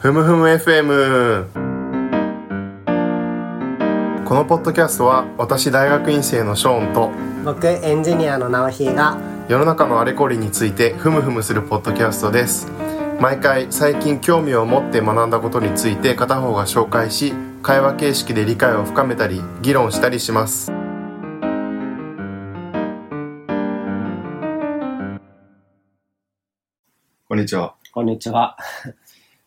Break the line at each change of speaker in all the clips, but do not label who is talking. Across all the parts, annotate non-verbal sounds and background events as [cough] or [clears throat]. ふむふむ FM このポッドキャストは私大学院生のショーンと
僕エンジニアの直ひが
世の中のあれこれについてふむふむするポッドキャストです毎回最近興味を持って学んだことについて片方が紹介し会話形式で理解を深めたり議論したりしますこんにちは
こんにちは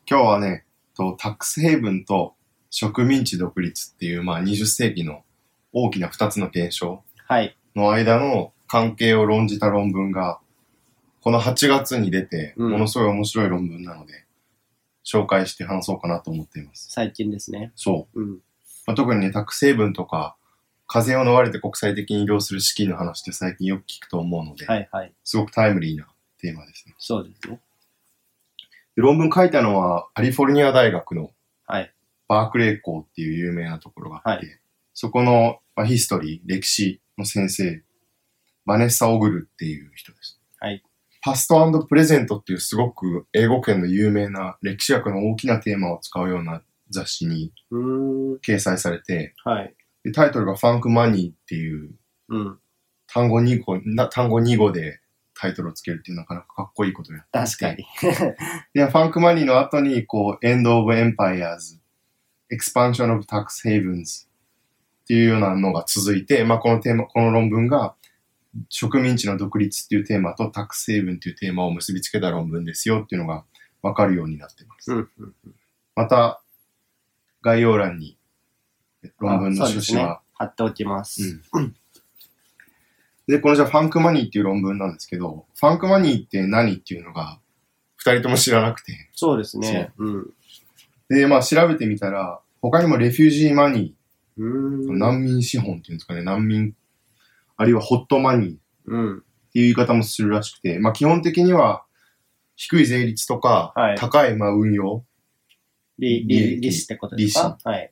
今日はね、とタックスヘイブンと植民地独立っていう、まあ、20世紀の大きな2つの現象
はい
の間の関係を論じた論文が、この8月に出て、
うん
ものすごい面白い論文なので、紹介して話そうかなと思っています。
最近ですね
そう。
うん
まあ、特にね、タックスヘイブンとか、風邪を逃れて国際的に移動する資金の話って最近よく聞くと思うので、
はいはい
すごくタイムリーなテーマですね。
そうですね
で論文書いたのは、カリフォルニア大学の
はい
バークレー校っていう有名なところがあって、
は
そこの、まあ、ヒストリー、歴史の先生、バネッサ・オグルっていう人です。
はい
パストプレゼントっていうすごく英語圏の有名な歴史学の大きなテーマを使うような雑誌に
うーん
掲載されて、
はい
でタイトルがファンクマニーっていう
うん
単語2語、な単語2語でタイトルをつけるっていうなかなかかっこいいことをやっていて
確かに
で、ファンクマニーの後に、こう、エンド・オブ・エンパイアーズ、エクスパンション・オブ・タクス・ヘイブンズっていうようなのが続いて、まあ、このテーマ、この論文が、植民地の独立っていうテーマとタックス・ヘイブンっていうテーマを結びつけた論文ですよっていうのがわかるようになってます。
うんうん
また、概要欄に論文の
あそ
趣
うです
旨
ね
は
貼っておきます、
うんで、このじゃあファンクマニーっていう論文なんですけど、ファンクマニーって何っていうのが、二人とも知らなくて、
そうですねうん
で、まあ調べてみたら、他にもレフュージーマニ
う
ー、
ーん
難民資本っていうんですかね、難民、あるいはホットマニーっ
うん
ていう言い方もするらしくて、まあ基本的には低い税率とか、
はい
高いまあ運用
利
利
利
益
利子ってことですかはい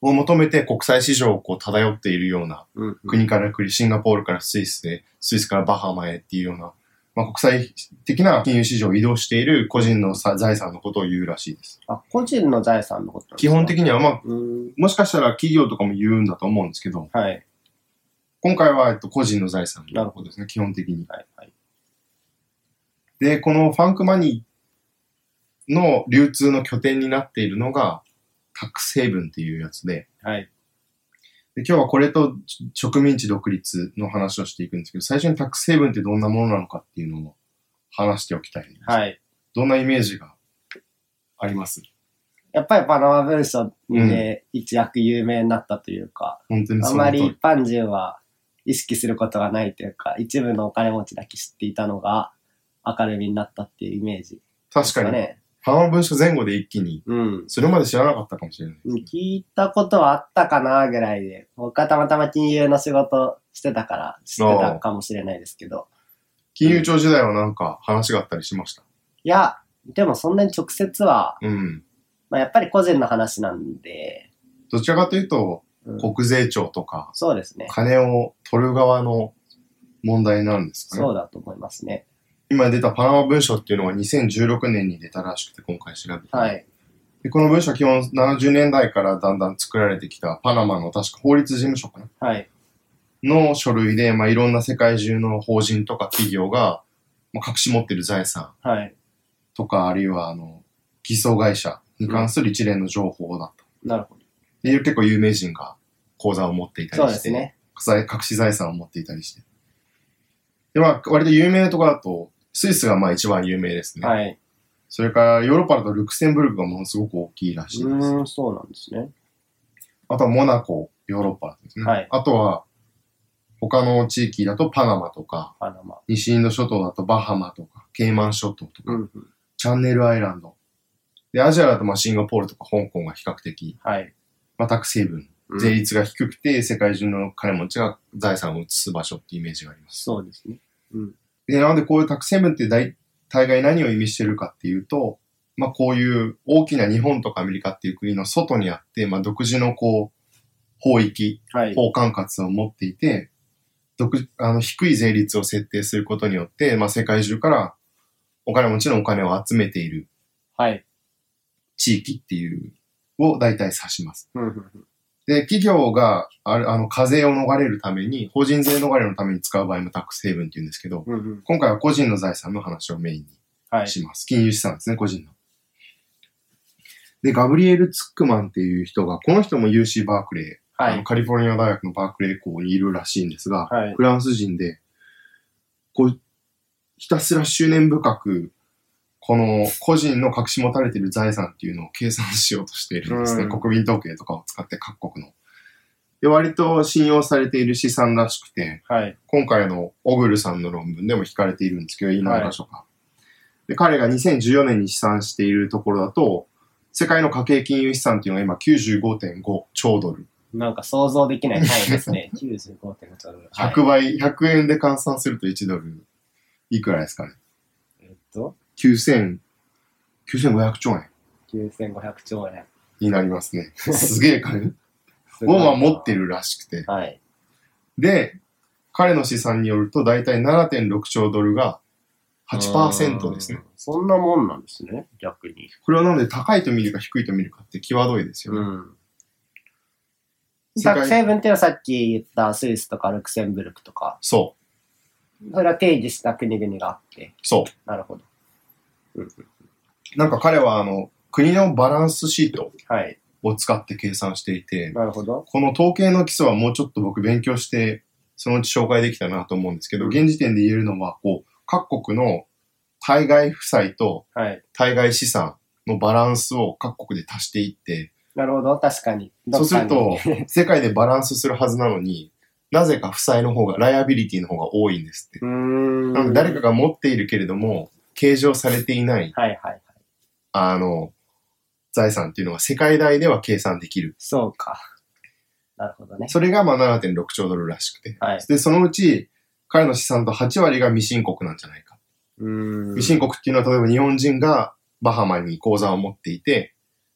を求めて国際市場をこう漂っているような、
うんうん
国から国、シンガポールからスイスで、スイスからバハマへっていうような、まあ国際的な金融市場を移動している個人のさ財産のことを言うらしいです。
あ個人の財産のことなんで
基
すか
本的にはまあ、
うーん
もしかしたら企業とかも言うんだと思うんですけど、
はい
今回は、えっと、個人の財産のことですね、基本的に。
はいはい
で、このファンクマニーの流通の拠点になっているのが、タックスヘイブンっていうやつで、
はい
で今日はこれとち植民地独立の話をしていくんですけど、最初にタックスヘイブンってどんなものなのかっていうのを話しておきたいです。
はい
どんなイメージがあります
やっぱりパナマ文書で一躍有名になったというか、
本当に
あ
その
ま
通
り
り
一。般人は意識することがないというか、一部のお金持ちだけ知っていたのが明るみになったっていうイメージで
確
す
かに、
ね。
パナマ文書前後で一気に、
うん。
それまで知らなかったかもしれないです
聞
ね。
いたことはあったかなぐらいで、僕はたまたま金融の仕事してたから知ってたかもしれないですけど、
金融庁時代はなんか話があったりしました。
いや、でもそんなに直接は、
うん。
まあ、やっぱり個人の話なんで、
どちらかというと、
うん
国税庁とか、
そうですね。
金を取る側の問題なんですか
そ
ね。
うだと思いますね。
今出たパナマ文書っていうのは2016年に出たらしくて、今回調べて。
はい。
でこの文書は基本70年代からだんだん作られてきたパナマの確か法律事務所かな
はい。
の書類で、まあ、いろんな世界中の法人とか企業が、まあ、隠し持ってる財産
はい。
とか、あるいはあの偽装会社に関する一連の情報だった。
なるほど。
で結構有名人が口座を持っていたり
そうで
して
す、ね。
財隠し財産を持っていたりして。で、まあ、割と有名なところだと、スイスがまあ一番有名ですね。
はい。
それからヨーロッパだとルクセンブルクがものすごく大きいら
う
しいです。
ーん、そうなんですね。
あとはモナコ、ヨーロッパですね。
はい
あとは、他の地域だとパナマとか、
パナマ。
西インド諸島だとバハマとか、ケイマン諸島とか、
うんうん。
チャンネルアイランド。で、アジアだとまあシンガポールとか香港が比較的、
はい。
まあ、タックスヘイブン。
うん
税率が低くて、世界中の金持ちが財産を移す場所っていうイメージがあります。
そうですね。うん。
で、なのでこういうタックスヘブンって大大概何を意味してるかっていうと、まあこういう大きな日本とかアメリカっていう国の外にあって、まあ独自のこう、法域、
はい。
法管轄を持っていて、独あの低い税率を設定することによって、まあ世界中からお金持ちのお金を集めている
はい。
地域っていうを大体指します。
うんうんうん
で、企業があれあの課税を逃れるために、法人税逃れのために使う場合もタックスヘイブンって言うんですけど、
うんうん。
今回は個人の財産の話をメインに
はい。
します。金融資産ですね、個人の。で、ガブリエル・ツックマンっていう人が、この人も UC バークレー、
は
あの
い。
カリフォルニア大学のバークレー校にいるらしいんですが、
はい。
フランス人で、こう、ひたすら執念深く、この個人の隠し持たれている財産っていうのを計算しようとしているんですね。
うん
国民統計とかを使って各国の。で、割と信用されている資産らしくて、
はい。
今回のオグルさんの論文でも引かれているんですけど、い何箇所か、で。彼が2014年に試算しているところだと、世界の家計金融資産っていうのは今95.5兆ドル。
なんか想像できない単位ですね。95.5兆ドル。はい
100倍、100円で換算すると1ドル、いくらですかね。
えっと、
9000、9500兆円
9500兆円。
になりますね。すげえ
[laughs]
金
すごい
を
な
まあ持って。るらしくて。
はい。
で、彼の試算によると大体7.6兆ドルが
う
8%
ん
ですね。。
そんなもんなんですね、逆に。
これはなので高いと見るか低いと見るかって際どいですよね。
ん。
世
作
界
成分っていうのはさっき言ったスイスとかルクセンブルクとか、
そ
それは定義した国々があって、
う、そ
なるほど。うんうん
う。なんか彼はあの、国のバランスシート
はい、
を使って計算していて、
なるほど。
この統計の基礎はもうちょっと僕勉強して、そのうち紹介できたなと思うんですけど、現時点で言えるのは、こう、各国の対外負債と
はい。
対外資産のバランスを各国で足していって、
なるほど、確かに。
そうする
どっ
と
かに、 [laughs]
世界でバランスするはずなのに、なぜか負債の方が、ライアビリティの方が多いんですって。
うーん。
なので誰かが持っているけれども、計上されていない
はいはいはい。
あの、財産っていうのは世界内では計算できる。
そうか。なるほどね。
それがまあ7.6兆ドルらしくて。
はい。
で、そのうち彼の資産と8割が未申告なんじゃないか。
うーん。
未申告っていうのは例えば日本人がバハマに口座を持っていて、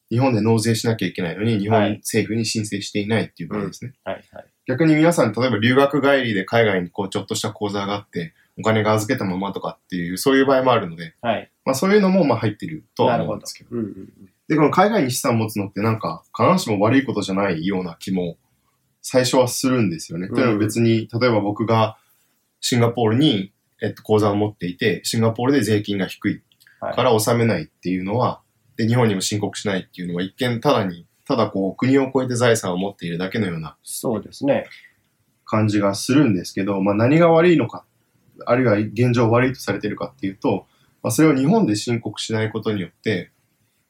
日本で納税しなきゃいけないのに日
は
本
い
政府に申請していないっていう場合ですね。
はいはい。
逆に皆さん、例えば留学帰りで海外にこうちょっとした口座があって、お金が預けたままとかっていう、そういう場合もあるので、
はい。
まあそういうのもまあ入ってるとは
なる
思う
ほ
ん
ど
ですけど。。
うんうんうん。
で、この海外に資産を持つのってなんか、必ずしも悪いことじゃないような気も、最初はするんですよね。
うん
というのは別に、例えば僕がシンガポールに、えっと、口座を持っていて、シンガポールで税金が低い
はい
から納めないっていうのは、で、日本にも申告しないっていうのは、一見ただに、ただこう、国を越えて財産を持っているだけのような
そうですね。
感じがするんですけど、まあ、何が悪いのか、あるいは現状悪いとされているかっていうと、まあ、それを日本で申告しないことによって、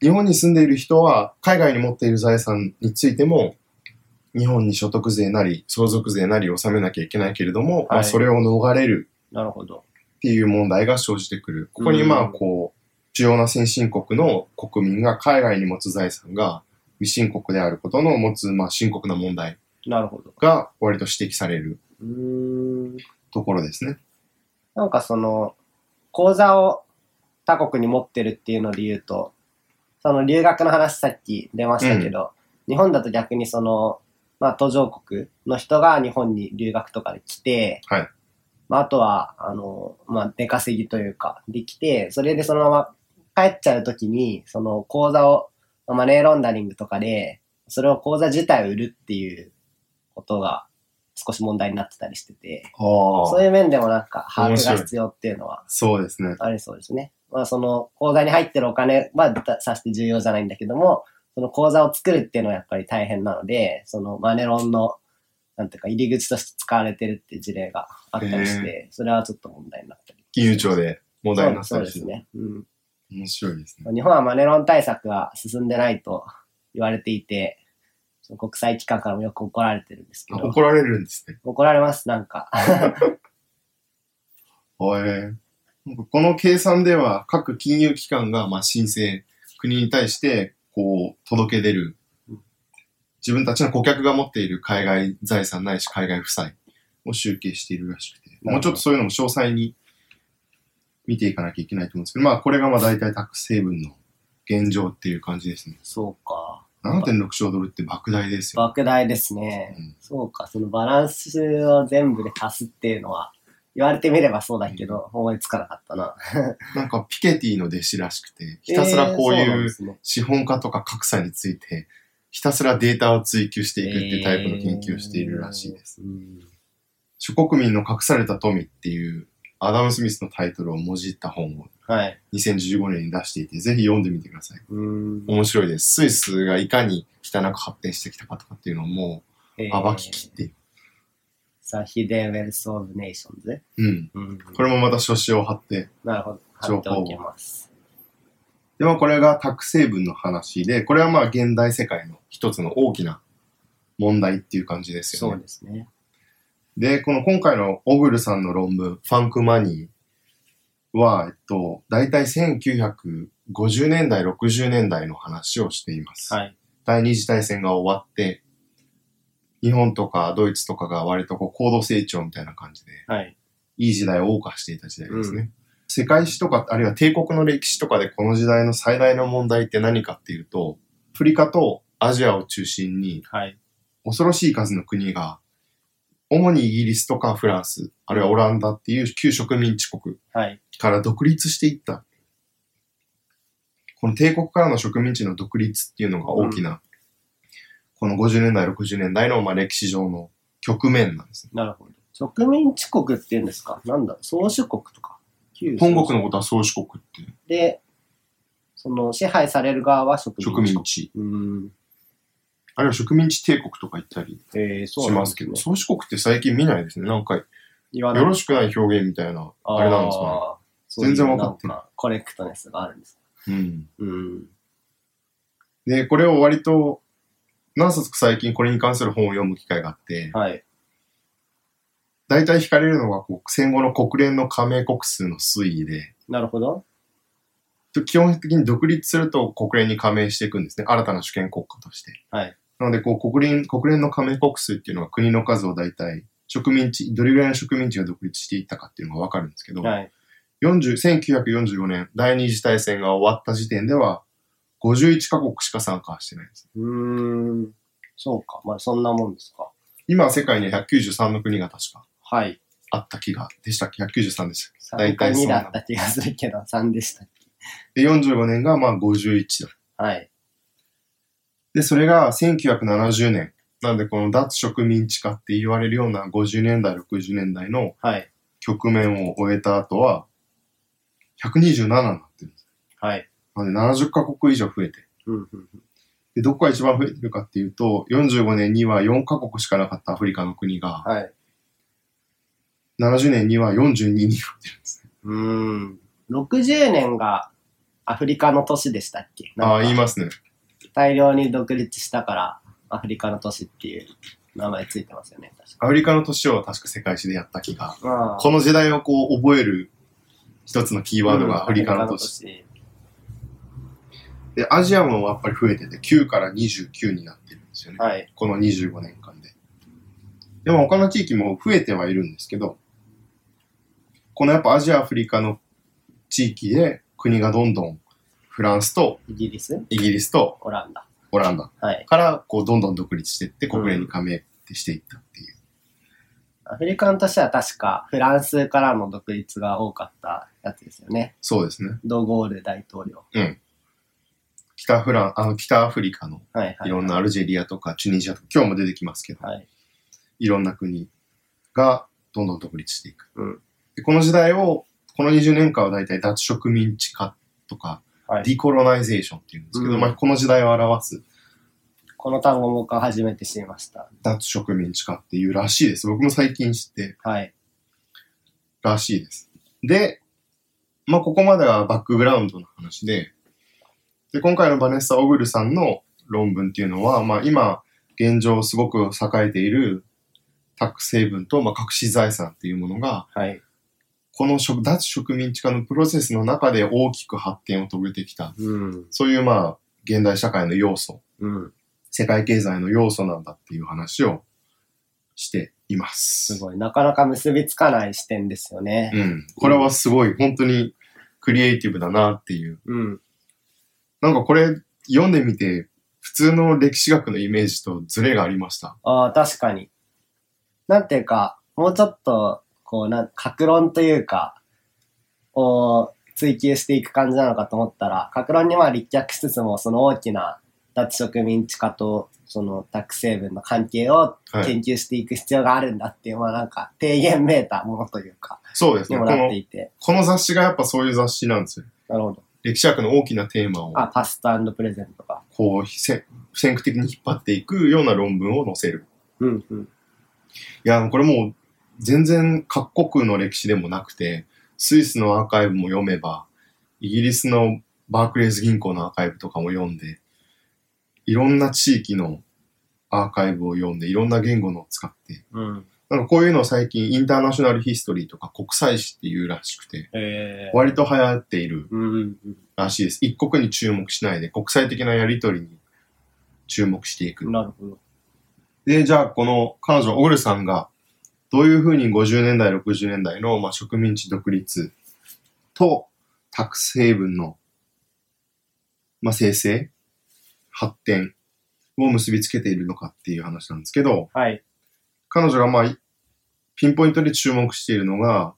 日本に住んでいる人は海外に持っている財産についても、日本に所得税なり相続税なりを納めなきゃいけないけれども、ま
は
あ、
い
それを逃れる
なるほど。
っていう問題が生じてくる。ここに
うん
まあこう、主要な先進国の国民が海外に持つ財産が未申告であることの持つまあ深刻な問題
なるほど。
が割と指摘される
うーん。
ところですね。
なんかその、口座を他国に持ってるっていうので言うと、その留学の話さっき出ましたけど、日本だと逆にその、まあ途上国の人が日本に留学とかで来て、
はい
まああとは、あの、まあ出稼ぎというか、できて、それでそのまま帰っちゃうときに、その口座を、まあマネーロンダリングとかで、それを口座自体を売るっていうことが少し問題になってたりしてて、
あ
そ
あ、
ういう面でもなんか把
面
握
白い
が必要っていうのは
そうですね。
ありそうですね。まあその口座に入ってるお金はさして重要じゃないんだけども、その口座を作るっていうのはやっぱり大変なので、そのマネロンのなんていうか入り口として使われてるっていう事例があったりして、それはちょっと問題になったり。
金融庁で問題になっ
そ
た
う
り
ですす
る。
ね。うん。
面白いですね。
日本はマネロン対策が進んでないと言われていて、その国際機関からもよく怒られてるんですけ
あ
ど、
怒られるんですね。
怒られます、な
[laughs]
んか。
へえなんかこの計算では各金融機関がまあ申請、国に対してこう届け出る
うん。
自分たちの顧客が持っている海外財産ないし海外負債を集計しているらしくて、
ど
もうちょっとそういうのも詳細に見ていかなきゃいけないと思うんですけど、まあこれがまあ大体タックス成分の現状っていう感じですね。
そうか。
7.6兆ドルって莫大ですよ。
莫大ですね。
うん
そうか、そのバランスを全部で足すっていうのは、言われてみればそうだけど、思いつかなかったな。
なんかピケティの弟子らしくて、ひたすらこう
えーそな
い
んで
う
すね
資本家とか格差について、ひたすらデータを追求していくっていうタイプの研究をしているらしいです。
うん
諸国民の隠された富っていうアダム・スミスのタイトルをもじった本を
はい。
2015年に出していて、ぜひ読んでみてください。
うん
面白いです。スイスがいかに汚く発展してきたかとかっていうのをもう暴ききっ。ている。
サヒデンウェルス・オブ・ネーションズ。
うん。
うん
これもまた書誌を貼って、
なるほど。貼っておきます。
で、まあこれが多成分の話で、これはまあ現代世界の一つの大きな問題っていう感じですよ
そ
ね
う。ですね。
で、この今回のオグルさんの論文、ファンクマニーは、えっと、大体1950年代、60年代の話をしています。
はい。
第二次大戦が終わって、日本とかドイツとかが割とこう高度成長みたいな感じで、
はい。
いい時代を謳歌していた時代ですね。世界史とか、あるいは帝国の歴史とかでこの時代の最大の問題って何かっていうと、アフリカとアジアを中心に
はい。
恐ろしい数の国が、主にイギリスとかフランス、あるいはオランダっていう旧植民地国
はい。
から独立していった。この帝国からの植民地の独立っていうのが大きな、この50年代、60年代のまあ歴史上の局面なんですね。
なるほど。植民地国っていうんですかなんだ宗主国とか。旧
本国のことは宗主国っていう
で、その支配される側は植民地
植
国。
民地。
うん。
あるいは植民地帝国とか言ったり
えー、そう
し
なん
ま
ですす
け
ね
ど、。宗主国って最近見ないですね。なんか、よ
言わない
ろしくない表現みたいな、あれなんですか
あーそういう
全然わかって
なんかコレクトネスがあるんです。
ね。うん。
うん。
で、これを割と、何冊か最近これに関する本を読む機会があって、
はい。
大体惹かれるのがこう戦後の国連の加盟国数の推移で、
なるほど。
基本的に独立すると国連に加盟していくんですね。新たな主権国家として。
はい。
なので、こう国連、国連の加盟国数っていうのは国の数を大体、植民地、どれぐらいの植民地が独立していったかっていうのがわかるんですけど、
はい。
40 1945年第二次大戦が終わった時点では51カ国しか参加してないんです。
うーん。そうか。まあ、そんなもんですか。
今世界には193の国が確か
はい。
あった気が、でしたっけ ?193 でしたっ
3
大
か
体そ
2
うな
だった気がするけど、3でした。
けで、45年がまあ51だ。
はい。
で、それが1970年。なんでこの脱植民地化って言われるような50年代、60年代の
はい。
局面を終えた後は、127になってるんです。
はい。
なんで70カ国以上増えて。
うんうん
で、どこが一番増えてるかっていうと、45年には4カ国しかなかったアフリカの国が、
はい。
70年には42になってるんですね。
うーん。60年がアフリカの年でしたっけ
ああ、言い
今
ますね。
大量に独立したから、アフリカの年っていう名前ついてますよね、確か。
アフリカの年を確か世界史でやった気が。
まあ
この時代をこう覚える一つのキーワードがアフリカの
うん
年。で、アジアもやっぱり増えてて、9から29になってるんですよね。
はい。
この25年間で。でも他の地域も増えてはいるんですけど、このやっぱアジア、アフリカの地域で国がどんどんフランスと
イギリス
イギリスと
オランダ。
オランダ
はい。
からこうどんどん独立していって国連に加盟していったっていう。
アフリカの年は確かフランスからの独立が多かったやつですよね。
そうですね。
ドゴール大統領。
北フラン、あの北アフリカの
はいはい。
いろんなアルジェリアとかチュニジアとか、今日も出てきますけど、
はい。
いろんな国がどんどん独立していく。
うん
でこの時代を、この20年間は大体脱植民地化とか、
はい
ディコロナイゼーションっていうんですけど、
うん
まあ、この時代を表す
この単語も僕は初めて知りました。
脱植民地化っていうらしいです。僕も最近知って
はい。
らしいです。で、まあ、ここまではバックグラウンドの話で、で、今回のバネッサ・オグルさんの論文っていうのは、まあ、今、現状すごく栄えているタック成分と、まあ、隠し財産っていうものが、
はい。
この植脱植民地化のプロセスの中で大きく発展を遂げてきた、
うん。
そういうまあ、現代社会の要素、
うん。
世界経済の要素なんだっていう話をしています。
すごい。なかなか結びつかない視点ですよね。
うん。これはすごい、本当にクリエイティブだなっていう。
うん。
なんかこれ読んでみて、普通の歴史学のイメージとズレがありました。
ああ、確かに。なんていうか、もうちょっと、こう、なん、格論というか、を追求していく感じなのかと思ったら、格論にまあ立脚しつつも、その大きな脱植民地化と、そのタック成分の関係を
はい。
研究していく必要があるんだっていう、まあなんか、提言めいたものというか、
そうです
に
ね。
も
こ
なっ
の
て、いて。
この雑誌がやっぱそういう雑誌なんですよ。
なるほど。
歴史学の大きなテーマを、
あ、パストプレゼントか。
こう、先先駆的に引っ張っていくような論文を載せる。
うんうん。
いや、これもう、全然各国の歴史でもなくて、スイスのアーカイブも読めば、イギリスのバークレーズ銀行のアーカイブとかも読んで、いろんな地域のアーカイブを読んで、いろんな言語のを使って、
うん。
なんかこういうのを最近インターナショナルヒストリーとか国際史っていうらしくて、
えー。
割と流行っている
うんうんう
らしいです。一国に注目しないで国際的なやりとりに注目していく
ん。。なるほど。
で、じゃあこの彼女、オグルさんがどういうふうに50年代、60年代の、まあ、植民地独立とタックスヘイブンの、まあ、生成、発展を結びつけているのかっていう話なんですけど、
はい。
彼女がまあ、ピンポイントで注目しているのが、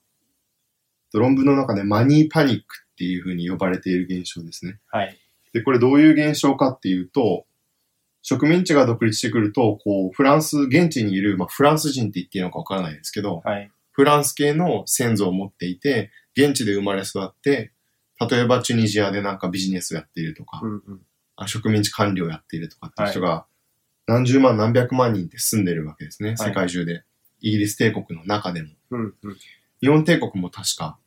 論文の中でマニーパニックっていうふうに呼ばれている現象ですね。
はい。
で、これどういう現象かっていうと、植民地が独立してくると、こう、フランス、現地にいる、まあ、フランス人って言っていいのかわからないですけど、
はい。
フランス系の先祖を持っていて、現地で生まれ育って、例えばチュニジアでなんかビジネスをやっているとか
う、んうん。
あ植民地管理をやっているとかっていう人が、何十万何百万人って住んでるわけですね、世界中で。イギリス帝国の中でも。
うんうん。
日本帝国も確か、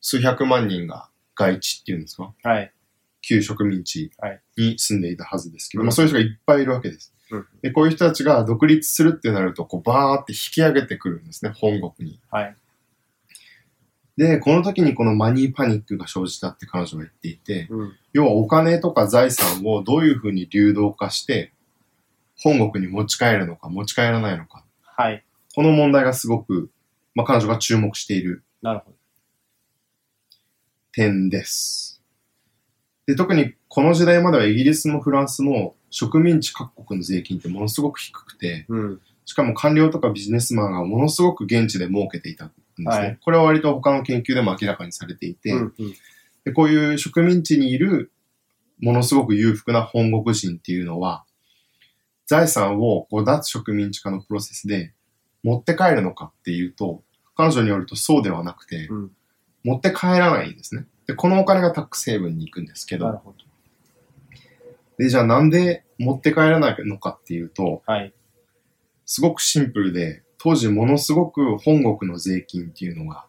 数百万人が外地っていうんですか
はい。
旧植民地
はい
に住んでいたはずですけど、
うん
まあ、そういう人がいっぱいいるわけです。
うん
でこういう人たちが独立するってなるとこうバーって引き上げてくるんですね本国に。
はい。
でこの時にこのマニーパニックが生じたって彼女が言っていて
うん。
要はお金とか財産をどういうふうに流動化して本国に持ち帰るのか持ち帰らないのか
はい。
この問題がすごく、まあ、彼女が注目している
なるほど。
点です。で特にこの時代まではイギリスもフランスも植民地各国の税金ってものすごく低くて
うん。
しかも官僚とかビジネスマンがものすごく現地で儲けていたんですね、
はい
これは割と他の研究でも明らかにされていて、
うんうん。
でこういう植民地にいるものすごく裕福な本国人っていうのは財産をこう脱植民地化のプロセスで持って帰るのかっていうと彼女によるとそうではなくて、
うん。
持って帰らないんですね。で、このお金がタックスヘイブンに行くんですけ
なる
ど、
ほど。
で、じゃあなんで持って帰らないのかっていうと、
はい。
すごくシンプルで、当時ものすごく本国の税金っていうのが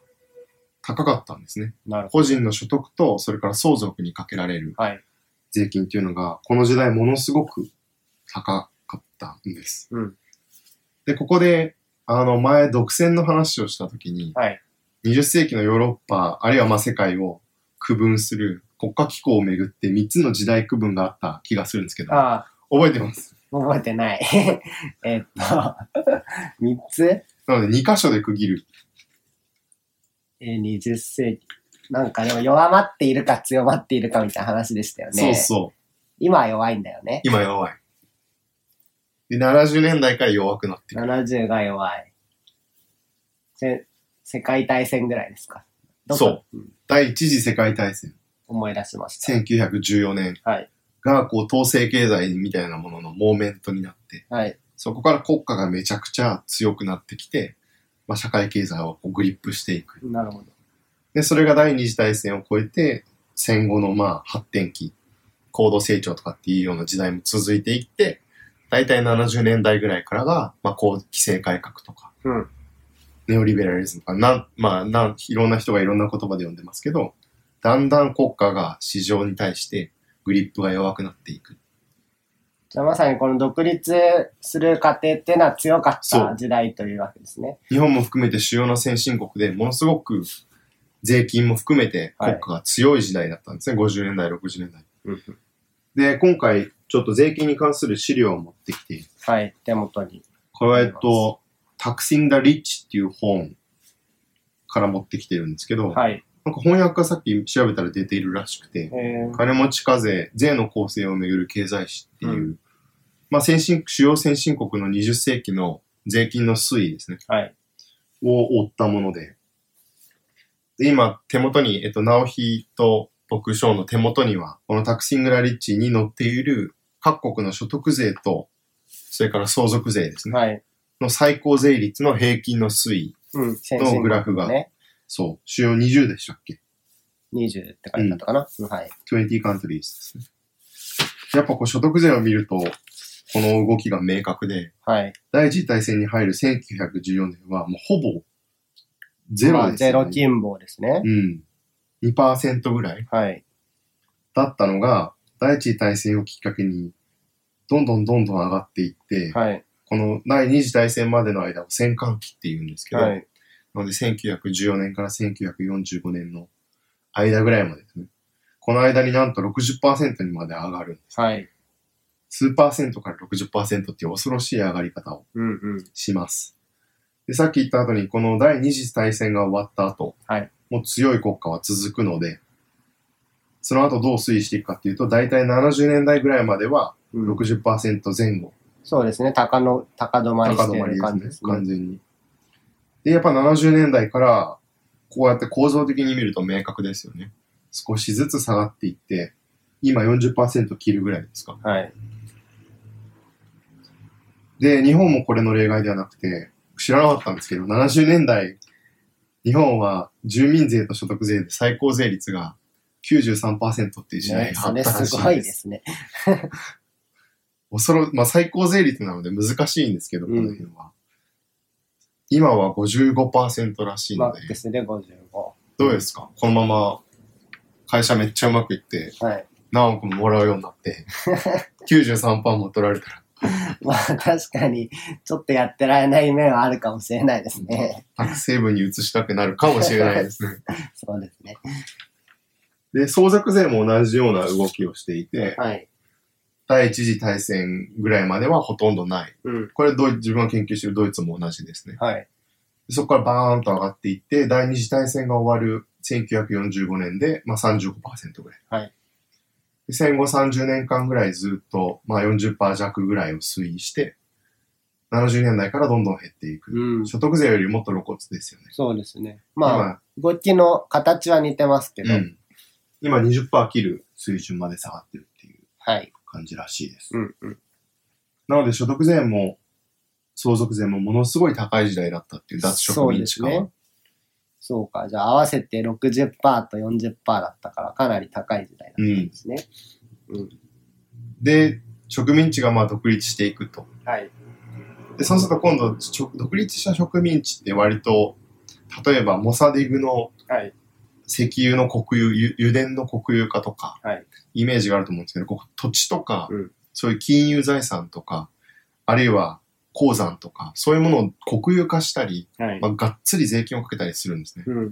高かったんですね。
なるほ
個人の所得と、それから相続にかけられる
ど。はい。
税金っていうのが、この時代ものすごく高かったんです。
うん
で、ここで、あの、前、独占の話をしたときに、
はい。
20世紀のヨーロッパ、あるいはまあ世界を区分する国家機構をめぐって3つの時代区分があった気がするんですけど、
ああ、
覚えてます。
覚えてない。 [laughs] えっと、3つ
なので2箇所で区切る。
えー、20世紀。なんかでも弱まっているか強まっているかみたいな話でしたよね。
そうそう。
今は弱いんだよね。
今弱い。で、70年代から弱くなってくる。
70が弱い。せ世界大戦ぐらいですか。どこ
そ
うん。
第一次世界大戦、
思い出しました。
1914年
はい。
が、こう、統制経済みたいなもののモーメントになって、
はい。
そこから国家がめちゃくちゃ強くなってきて、まあ、社会経済をこうグリップしていく。
なるほど。
で、それが第二次大戦を超えて、戦後のまあ発展期、高度成長とかっていうような時代も続いていって、大体70年代ぐらいからが、まあ、こう、規制改革とか、
うん。
ネオリベラリズムとか、なん、まあ、なん、いろんな人がいろんな言葉で呼んでますけど、だんだん国家が市場に対してグリップが弱くなっていく。
じゃあまさにこの独立する過程っていうのは強かっ
そ
た
う
時代というわけですね。
日本も含めて主要な先進国でものすごく税金も含めて
はい
国家が強い時代だったんですね、50年代、60年代。
うんうん
で、今回、ちょっと税金に関する資料を持ってきて、
はい。手元に。
これは、えっと、タクシン・ダ・リッチっていう本から持ってきてるんですけど、
はい。
なんか翻訳がさっき調べたら出ているらしくて
え、ー、
金持ち課税、税の構成をめぐる経済史っていう、
う
まあ先進、主要先進国の20世紀の税金の推移ですね。
はい。
を追ったもので。で今、手元に、えっと、直樹と僕、ショーの手元には、このタクシングラリッチに載っている各国の所得税と、それから相続税ですね。
はい。
の最高税率の平均の推移。
うん。先
の
生
グラフが
ね。
そう。主要20でしたっけ
20って書いてあったかな。うんはい。
20 countries ですね。やっぱこう所得税を見ると、この動きが明確で、
はい。
第一次大戦に入る1914年はもうほぼゼ
ま
ロ
あ
です
ゼ
よね。
ロ金棒ですね。
うん。2%ぐらい
はい。
だったのが、第一次大戦をきっかけに、どんどんどんどん上がっていって、
はい。
この第二次大戦までの間を戦艦期って言うんですけど、
はい。
なので1914年から1945年の間ぐらいまでですね。この間になんと60%にまで上がる。
はい。
数パーセントから60%っていう恐ろしい上がり方を
うんうん。
します。で、さっき言った後に、この第二次大戦が終わった後、
はい
もう強い国家は続くので、その後どう推移していくかっていうと、大体70年代ぐらいまでは
うん
60%前後、
そうですね。高の、高止まり
高
して
止まり
る感じ
で
ですす
ね、完
ね。
全に。で、やっぱ70年代から、こうやって構造的に見ると明確ですよね。少しずつ下がっていって、今40%切るぐらいですか。
はい。
で、日本もこれの例外ではなくて、知らなかったんですけど、70年代、日本は住民税と所得税で最高税率が93%っていう時代
ね
があ
そ
っ
れ
たらし
す
い
ごい
で。
ですすね。
恐ろまあ、最高税率なので難しいんですけど、この辺は。今は55%らしい
マ
の
ック
で、
スで55。
どうですかこのまま会社めっちゃうまくいって、
はい。 [laughs]
何億ももらうようになって、93%も取られたら、
まあ確かに、ちょっとやってられない面はあるかもしれないですね。
タックス成分に移したくなるかもしれないですね。
そうですね。
で、相続税も同じような動きをしていて、
はい。
第一次大戦ぐらいまではほとんどない。
うん。
これドイ自分が研究しているドイツも同じですね。
はい。
そこからバーンと上がっていって、第二次大戦が終わる1945年で、まあ、35%ぐらい。
はい
で戦後30年間ぐらいずっと、まあ、40%弱ぐらいを推移して、70年代からどんどん減っていく。
うん。
所得税よりもっと露骨ですよね。
そうですね。まあ、動きの形は似てますけど
今、、うん、今20%切る水準まで下がってるっていう
はい。
感じらしいです。
うんうん。
なので所得税も相続税もものすごい高い時代だったっていう脱植民地化は。
そうですねそうか。じゃあ合わせて60%と40%だったから、かなり高い時代だったん
うん、
ですね。
で植民地がまあ独立していくと。
はい。
でそうすると今度ちょ独立した植民地って割と例えばモサディグの
はい。
石油の国有ゆ油田の国有化とか、
はい
イメージがあると思うんですけどここ土地とか、
うん
そういう金融財産とかあるいは鉱山とかそういうものを国有化したり、
はい。
まあ、がっつり税金をかけたりするんですね。
うん。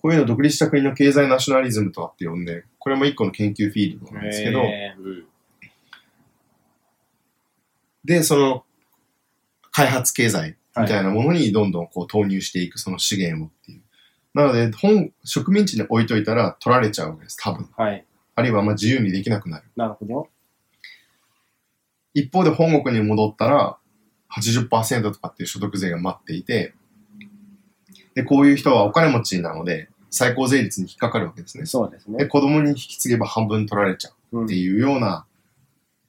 こういうのを独立した国の経済ナショナリズムとはって呼んで、これも一個の研究フィールドなんですけど、
えーうん
で、その開発経済みたいなものにどんどんこう投入していくその資源をっていう。なので、本、植民地に置いといたら取られちゃうわけです、多分。
はい。
あるいはあんま自由にできなくなる。
なるほど。
一方で本国に戻ったら80%とかっていう所得税が待っていて、で、こういう人はお金持ちなので、最高税率に引っかかるわけですね。
そうですね
で、。子供に引き継げば半分取られちゃう。
うん
っていうような、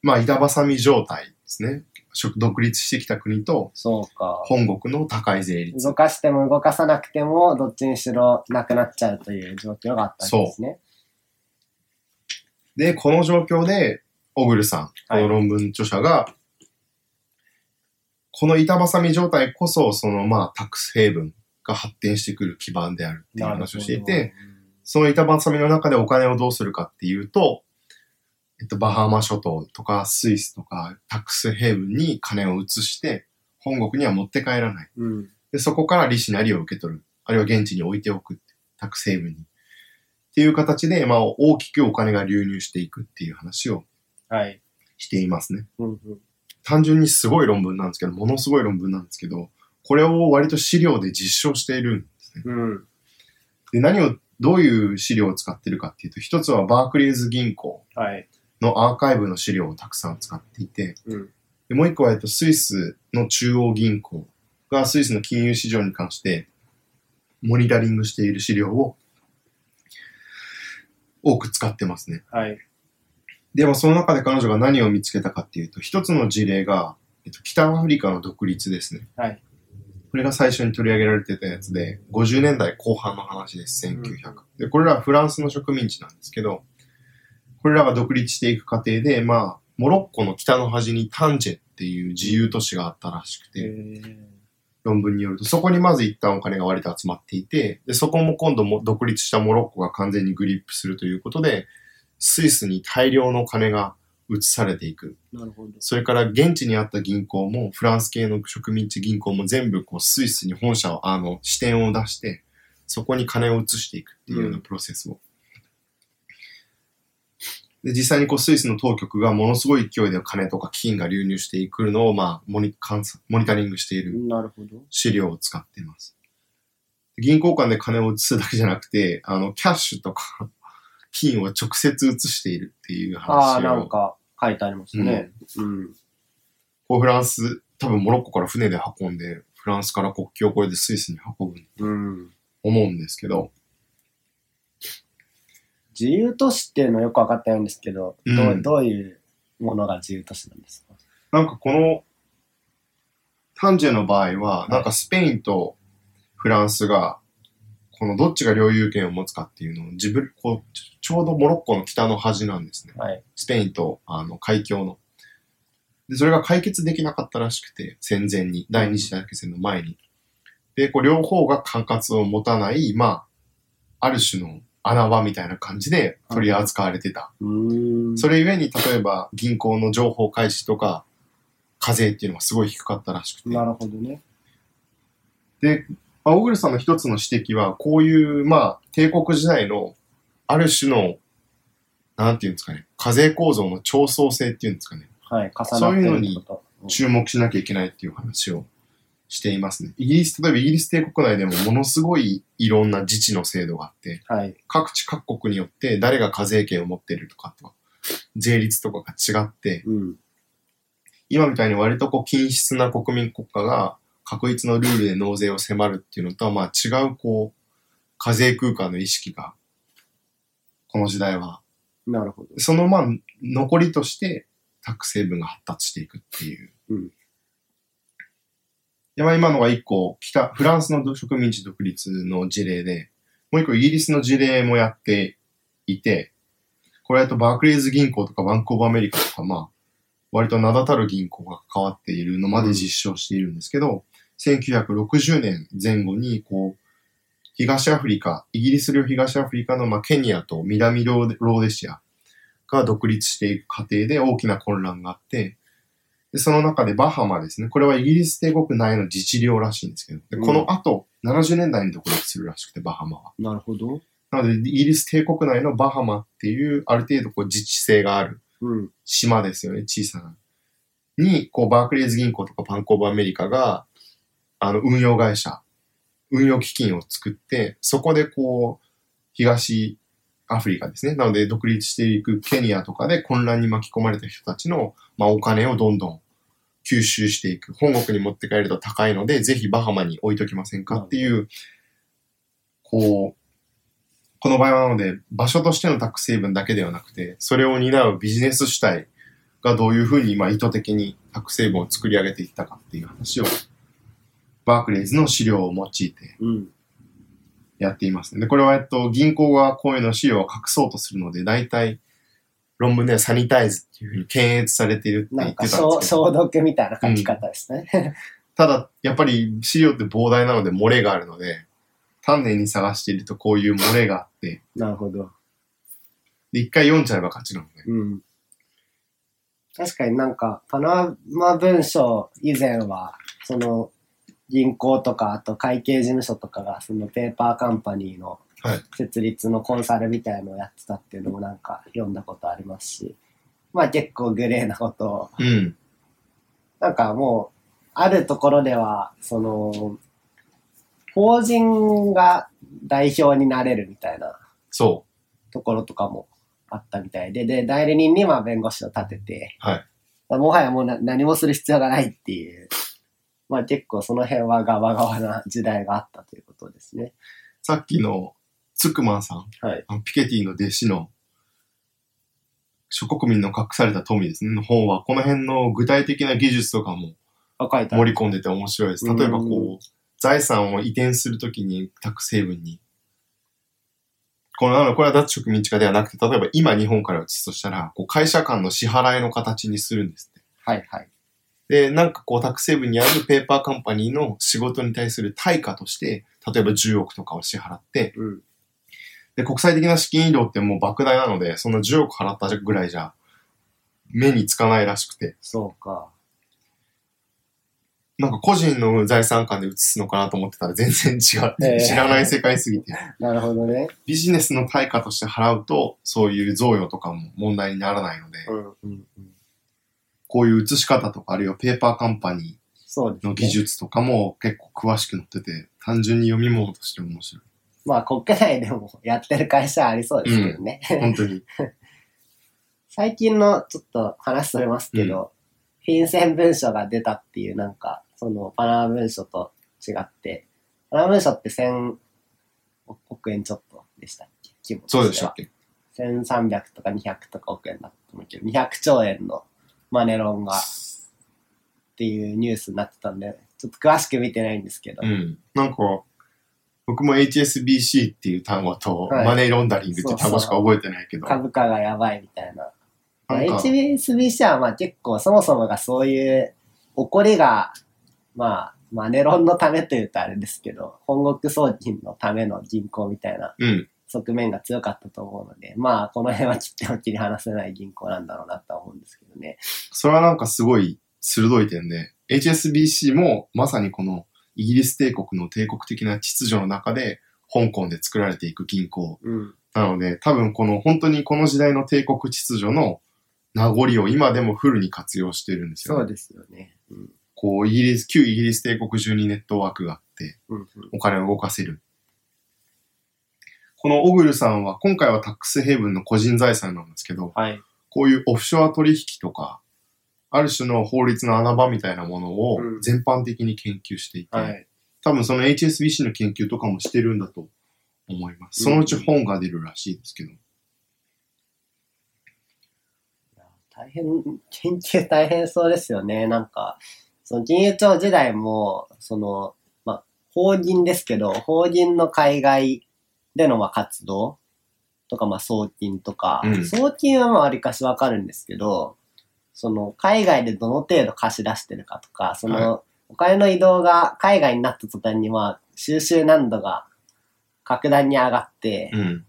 まあ、板挟み状態ですね。食独立してきた国と
そうか。
本国の高い税率
動。かしても動かさなくても、どっちにしろなくなっちゃうという状況があったんですね。
で、この状況で、小栗さん、こ
はい
の論文著者が、この板挟み状態こそ、そのまあ、タックスヘイブンが発展してくる基盤であるっていう
なるほ
話
ど
をしていて、、その板挟みの中でお金をどうするかっていうと、えっと、バハマ諸島とかスイスとかタックスヘイブンに金を移して、本国には持って帰らない。
うん。
で、そこから利子なりを受け取る。あるいは現地に置いておく。タクセーブに。っていう形で、まあ、大きくお金が流入していくっていう話を
はい。
していますね。
うんうん
単純にすごい論文なんですけど、ものすごい論文なんですけど、これを割と資料で実証しているんですね。
うん。
で、何を、どういう資料を使ってるかっていうと、一つはバークリーズ銀行
はい。
のアーカイブの資料をたくさん使っていて、
うん。
でもう一個は、えっと、スイスの中央銀行がスイスの金融市場に関してモニタリングしている資料を多く使ってますね。
はい。
でもその中で彼女が何を見つけたかっていうと、一つの事例が、えっと、北アフリカの独立ですね。
はい。
これが最初に取り上げられてたやつで、50年代後半の話です、1900
ん。
で、これらはフランスの植民地なんですけど、これらが独立していく過程で、まあ、モロッコの北の端にタンジェっていう自由都市があったらしくて、論文によると、そこにまず一旦お金が割と集まっていて、で、そこも今度も独立したモロッコが完全にグリップするということで、スイスに大量の金が移されていく。
なるほど。
それから現地にあった銀行も、フランス系の植民地銀行も全部こうスイスに本社を、あの、支店を出して、そこに金を移していくっていうようなプロセスを。で、実際にこうスイスの当局がものすごい勢いで金とか金が流入してくるのを、まあ、モニ観察モニタリングしている
なるほど。
資料を使っています。銀行間で金を移すだけじゃなくて、あの、キャッシュとか、金を直接移しているっていう
ああ、
話
なん
を、
か書いてありますね。うん。
こうフランス、多分モロッコから船で運んで、フランスから国境を越えてスイスに運ぶ、
うん。
思うんですけど、
自由都市っていうのよく分かってないんですけど、ど
う
うんどういうものが自由都市なんですか
なんかこの、タンジェの場合は、
い
なんかスペインとフランスが、このどっちが領有権を持つかっていうのを自分、こう、ちちょうどモロッコの北の端なんですね。
はい。
スペインとあの海峡の。で、それが解決できなかったらしくて、戦前に、第二次大戦の前に。で、こう両方が管轄を持たない、まあ、ある種の穴場みたいな感じで取り扱われてた。
うーん。
それゆえに、例えば銀行の情報開示とか、課税っていうのがすごい低かったらしくて。
なるほどね。
で、まあ、小栗さんの一つの指摘は、こういう、まあ、帝国時代の、ある種の、なんていうんですかね、課税構造の調創性っていうんですかね。
はい。重なってるってこと。
注目しなきゃいけないっていう話をしていますね。イギリス、例えばイギリス帝国内でもものすごいいろんな自治の制度があって、
うんはい。
各地各国によって誰が課税権を持っているとかとか、税率とかが違って、
うん。
今みたいに割とこう均質な国民国家が確一のルールで納税を迫るっていうのとはまあ違うこう、課税空間の意識が、この時代は、
なるほど。
そのまあ残りとして、タック成分が発達していくっていう
うん。
で、まあ今のが一個、北、フランスの植民地独立の事例で、もう一個イギリスの事例もやっていて、これだとバークレーズ銀行とかバンクオブアメリカとか、まあ、割と名だたる銀行が関わっているのまで実証しているんですけど、1960年前後に、こう、東アフリカ、イギリス領東アフリカの、まあ、ケニアと南ローデローデシアが独立していく過程で大きな混乱があって、で、その中でバハマですね。これはイギリス帝国内の自治領らしいんですけど、で
うん
この後、70年代に独立するらしくて、バハマは。
なるほど。
なので、イギリス帝国内のバハマっていう、ある程度こう自治性がある
うん。
島ですよね、小さな。に、こう、バークレーズ銀行とかパンコーブアメリカが、あの、運用会社、運用基金を作って、そこでこう、東アフリカですね。なので、独立していくケニアとかで混乱に巻き込まれた人たちの、まあ、お金をどんどん吸収していく。本国に持って帰ると高いので、ぜひバハマに置いときませんかっていう、こう、この場合はなので、場所としてのタック成分だけではなくて、それを担うビジネス主体がどういうふうにまあ意図的にタック成分を作り上げていったかっていう話を、バークレイズの資料を用いて
うん。
やっていますね。で、これは、えっと、銀行がこういうの資料を隠そうとするので、大体、論文ではサニタイズっていうふうに検閲されているって
な
言っ
ん
てたん
か
ですけど
消、消毒みたいな書き方ですね。
ただ、やっぱり資料って膨大なので漏れがあるので、丹念に探しているとこういう漏れがあって、
[laughs] なるほど。
で、一回読んじゃえば勝ちなので。
うん。確かになんか、パナマ文書以前は、その、銀行とか、あと会計事務所とかが、そのペーパーカンパニーの
はい
設立のコンサルみたいのをやってたっていうのもなんか読んだことありますし、まあ結構グレーなことを、
うん。
なんかもう、あるところでは、その、法人が代表になれるみたいな
そう。
ところとかもあったみたいで、で、代理人には弁護士を立てて、
はい
まあもはやもうな何もする必要がないっていうまあ結構その辺はガバガバな時代があったということですね。
さっきのツクマンさん、
はい
あのピケティの弟子の諸国民の隠された富ですね、の本は、この辺の具体的な技術とかも
若いた
盛り込んでて面白いです。例えば
う
こう、財産を移転するときに、タックスヘイブンに。この、あの、これは脱植民地化ではなくて、例えば今日本から移すとしたら、こう、会社間の支払いの形にするんですっ
はいはい。
て。で、なんかこう、タックスヘイブンにあるペーパーカンパニーの仕事に対する対価として、例えば10億とかを支払って、
うん。
で、国際的な資金移動ってもう莫大なので、そんな10億払ったぐらいじゃ、目につかないらしくて、
そうか。
なんか個人の財産間で移すのかなと思ってたら全然違う。
ええ
知らない世界すぎて。
なるほどね。
ビジネスの対価として払うと、そういう贈与とかも問題にならないので、
うんうんうん。
こういう移し方とか、あるいはペーパーカンパニ
そうです、
ー
ね。
の技術とかも結構詳しく載ってて、単純に読み物として面白い。
まあ国内でもやってる会社ありそうですけどね。
本当に。
最近のちょっと話それますけど、貧選文書が出たっていうなんか、そのパナマ文書と違って、パナマ文書って1000億円ちょっとでしたっけ規模としては
そうでしたっけ
1300とか200とか億円だと思うけど、200兆円のマネロンがっていうニュースになってたんで、ちょっと詳しく見てないんですけど、
うん。なんか、僕も HSBC っていう単語と、
はい
マネーロンダリングっていう単語しか覚えてないけど、
株価がやばいみたいな。まあ
なんか、
HSBC はまあ結構そもそもがそういう怒りが、まあ、マネロンのためというとあれですけど、本国送金のための銀行みたいな
うん。
側面が強かったと思うので、まあこの辺は切っても切り離せない銀行なんだろうなとは思うんですけどね。
それはなんかすごい鋭い点で、HSBC もまさにこのイギリス帝国の帝国的な秩序の中で、香港で作られていく銀行
うん。
なので、多分この本当にこの時代の帝国秩序の名残を今でもフルに活用してるんですよ、
そ
ね。
うですよね。うん。
こう、イギリス、旧イギリス帝国中にネットワークがあって、
うん、
お金を動かせる。このオグルさんは、今回はタックスヘイブンの個人財産なんですけど、
はい。
こういうオフショア取引とか、ある種の法律の穴場みたいなものを
うん
全般的に研究していて、
はい。
多分その HSBC の研究とかもしてるんだと思います。そのうち本が出るらしいですけど、
大変、 [laughs] 研究大変そうですよね。なんか、その金融庁時代も、その、まあ、法人ですけど、法人の海外でのまあ活動とか、まあ、送金とか、
うん
送金はまあ、わりかしわかるんですけど、その、海外でどの程度貸し出してるかとか、その、お金の移動が海外になった途端に、まあ、収集難度が格段に上がって、
うん。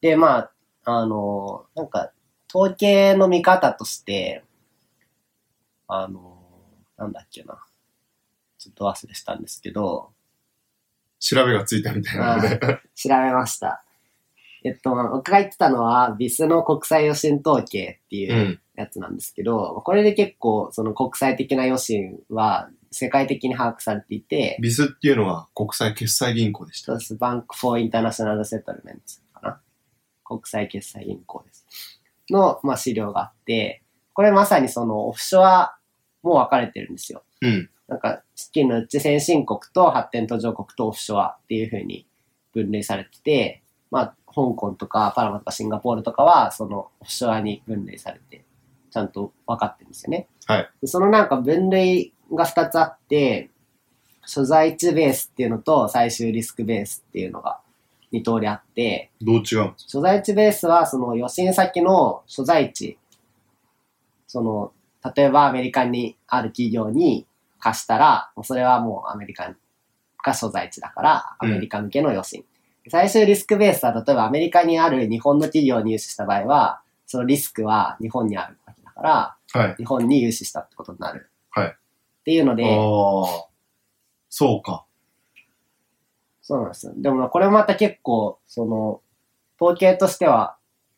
で、まあ、あの、なんか、統計の見方として、あの、なんだっけな。ちょっと忘れしたんですけ [laughs] ど、
調べがついたみたいなので、。
調べました。えっと、僕が言ってたのは、ビスの国際予診統計っていううんやつなんですけど、これで結構、その国際的な予診は世界的に把握されていて、
ビスっていうのは国際決済銀行でした。
そうです。バンク・フォー・インターナショナル・セトルメントかな。国際決済銀行です。の、まあ、資料があって、これまさにそのオフショアも分かれてるんですよ。
うん。
なんか、資金のうち先進国と発展途上国とオフショアっていう風に分類されてて、まあ、香港とかパナマとかシンガポールとかは、そのオフショアに分類されて、ちゃんと分かってるんですよね。
はい
でそのなんか分類が2つあって、所在地ベースっていうのと最終リスクベースっていうのが2通りあって、
どう違う
所在地ベースはその予診先の所在地その例えばアメリカにある企業に貸したらもうそれはもうアメリカが所在地だからア
うん
メリカ向けの予診、最終リスクベースは例えばアメリカにある日本の企業に融資した場合はそのリスクは日本にあるわけだから
はい。
日本に融資したってことになる、
はい
っていうので
ああ。そうか。
そうなんですよ。でもまあこれもまた結構、その、統計としては、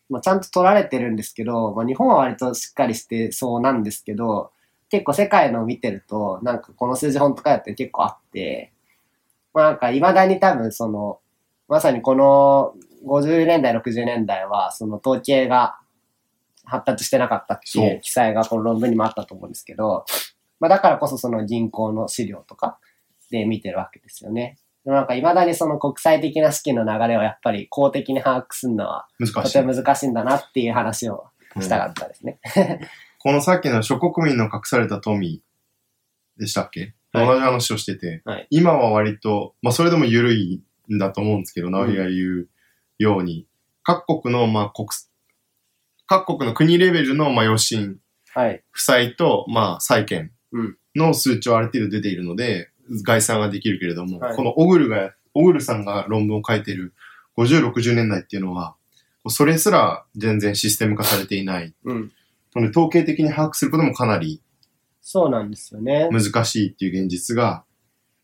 まあ、ちゃんと取られてるんですけど、まあ、日本は割としっかりしてそうなんですけど、結構世界のを見てると、なんかこの数字本当かよって結構あって、まあ、なんか未だに多分その、まさにこの50年代、60年代は、その統計が発達してなかったってい
そう
う記載がこの論文にもあったと思うんですけど、まあ、だからこそその銀行の資料とかで見てるわけですよね。でもなんか未だにその国際的な資金の流れをやっぱり公的に把握するのは
難
と
しい
て。も難しいんだなっていう話をしたかったですね。
このさっきの諸国民の隠された富でしたっけ、
はい
同じ話をしてて、
はい
今は割と、まあそれでも緩いんだと思うんですけど、直
ん
樹が言うように、各国の、まあ国、各国の国レベルの、まあ余震、
はい。
負債と、まあ債券
うん
の数値はある程度出ているので、概算ができるけれども、
はい
このオグルが、オグルさんが論文を書いている50、60年代っていうのは、それすら全然システム化されていない。
うん。
なので統計的に把握することもかなり
そうなんですよね。
難しいっていう現実が、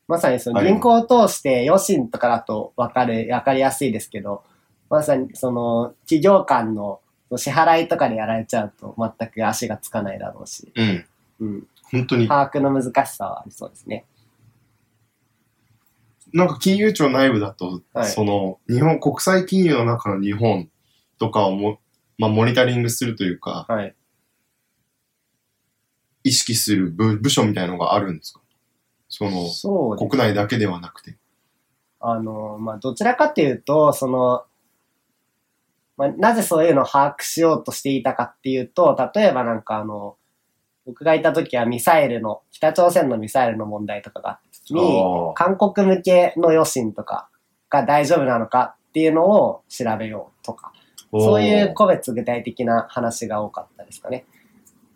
まさにその
はい
銀行を通して余震とかだと分かる、分かりやすいですけど、まさにその企業間の支払いとかにやられちゃうと全く足がつかないだろうし、
うん、
うん、
本当に、
把握の難しさはありそうですね。
なんか金融庁内部だと、
はい
その日本、国際金融の中の日本とかをも、まあ、モニタリングするというか、
はい。
意識する部部署みたいのがあるんですかその、
そうです
国内だけではなくて。
あの、まあ、どちらかというと、その、まあ、なぜそういうのを把握しようとしていたかっていうと、例えばなんかあの、僕がいた時はミサイルの、北朝鮮のミサイルの問題とかがあった時に、
あ
韓国向けの余震とかが大丈夫なのかっていうのを調べようとか、
ー
そういう個別具体的な話が多かったですかね。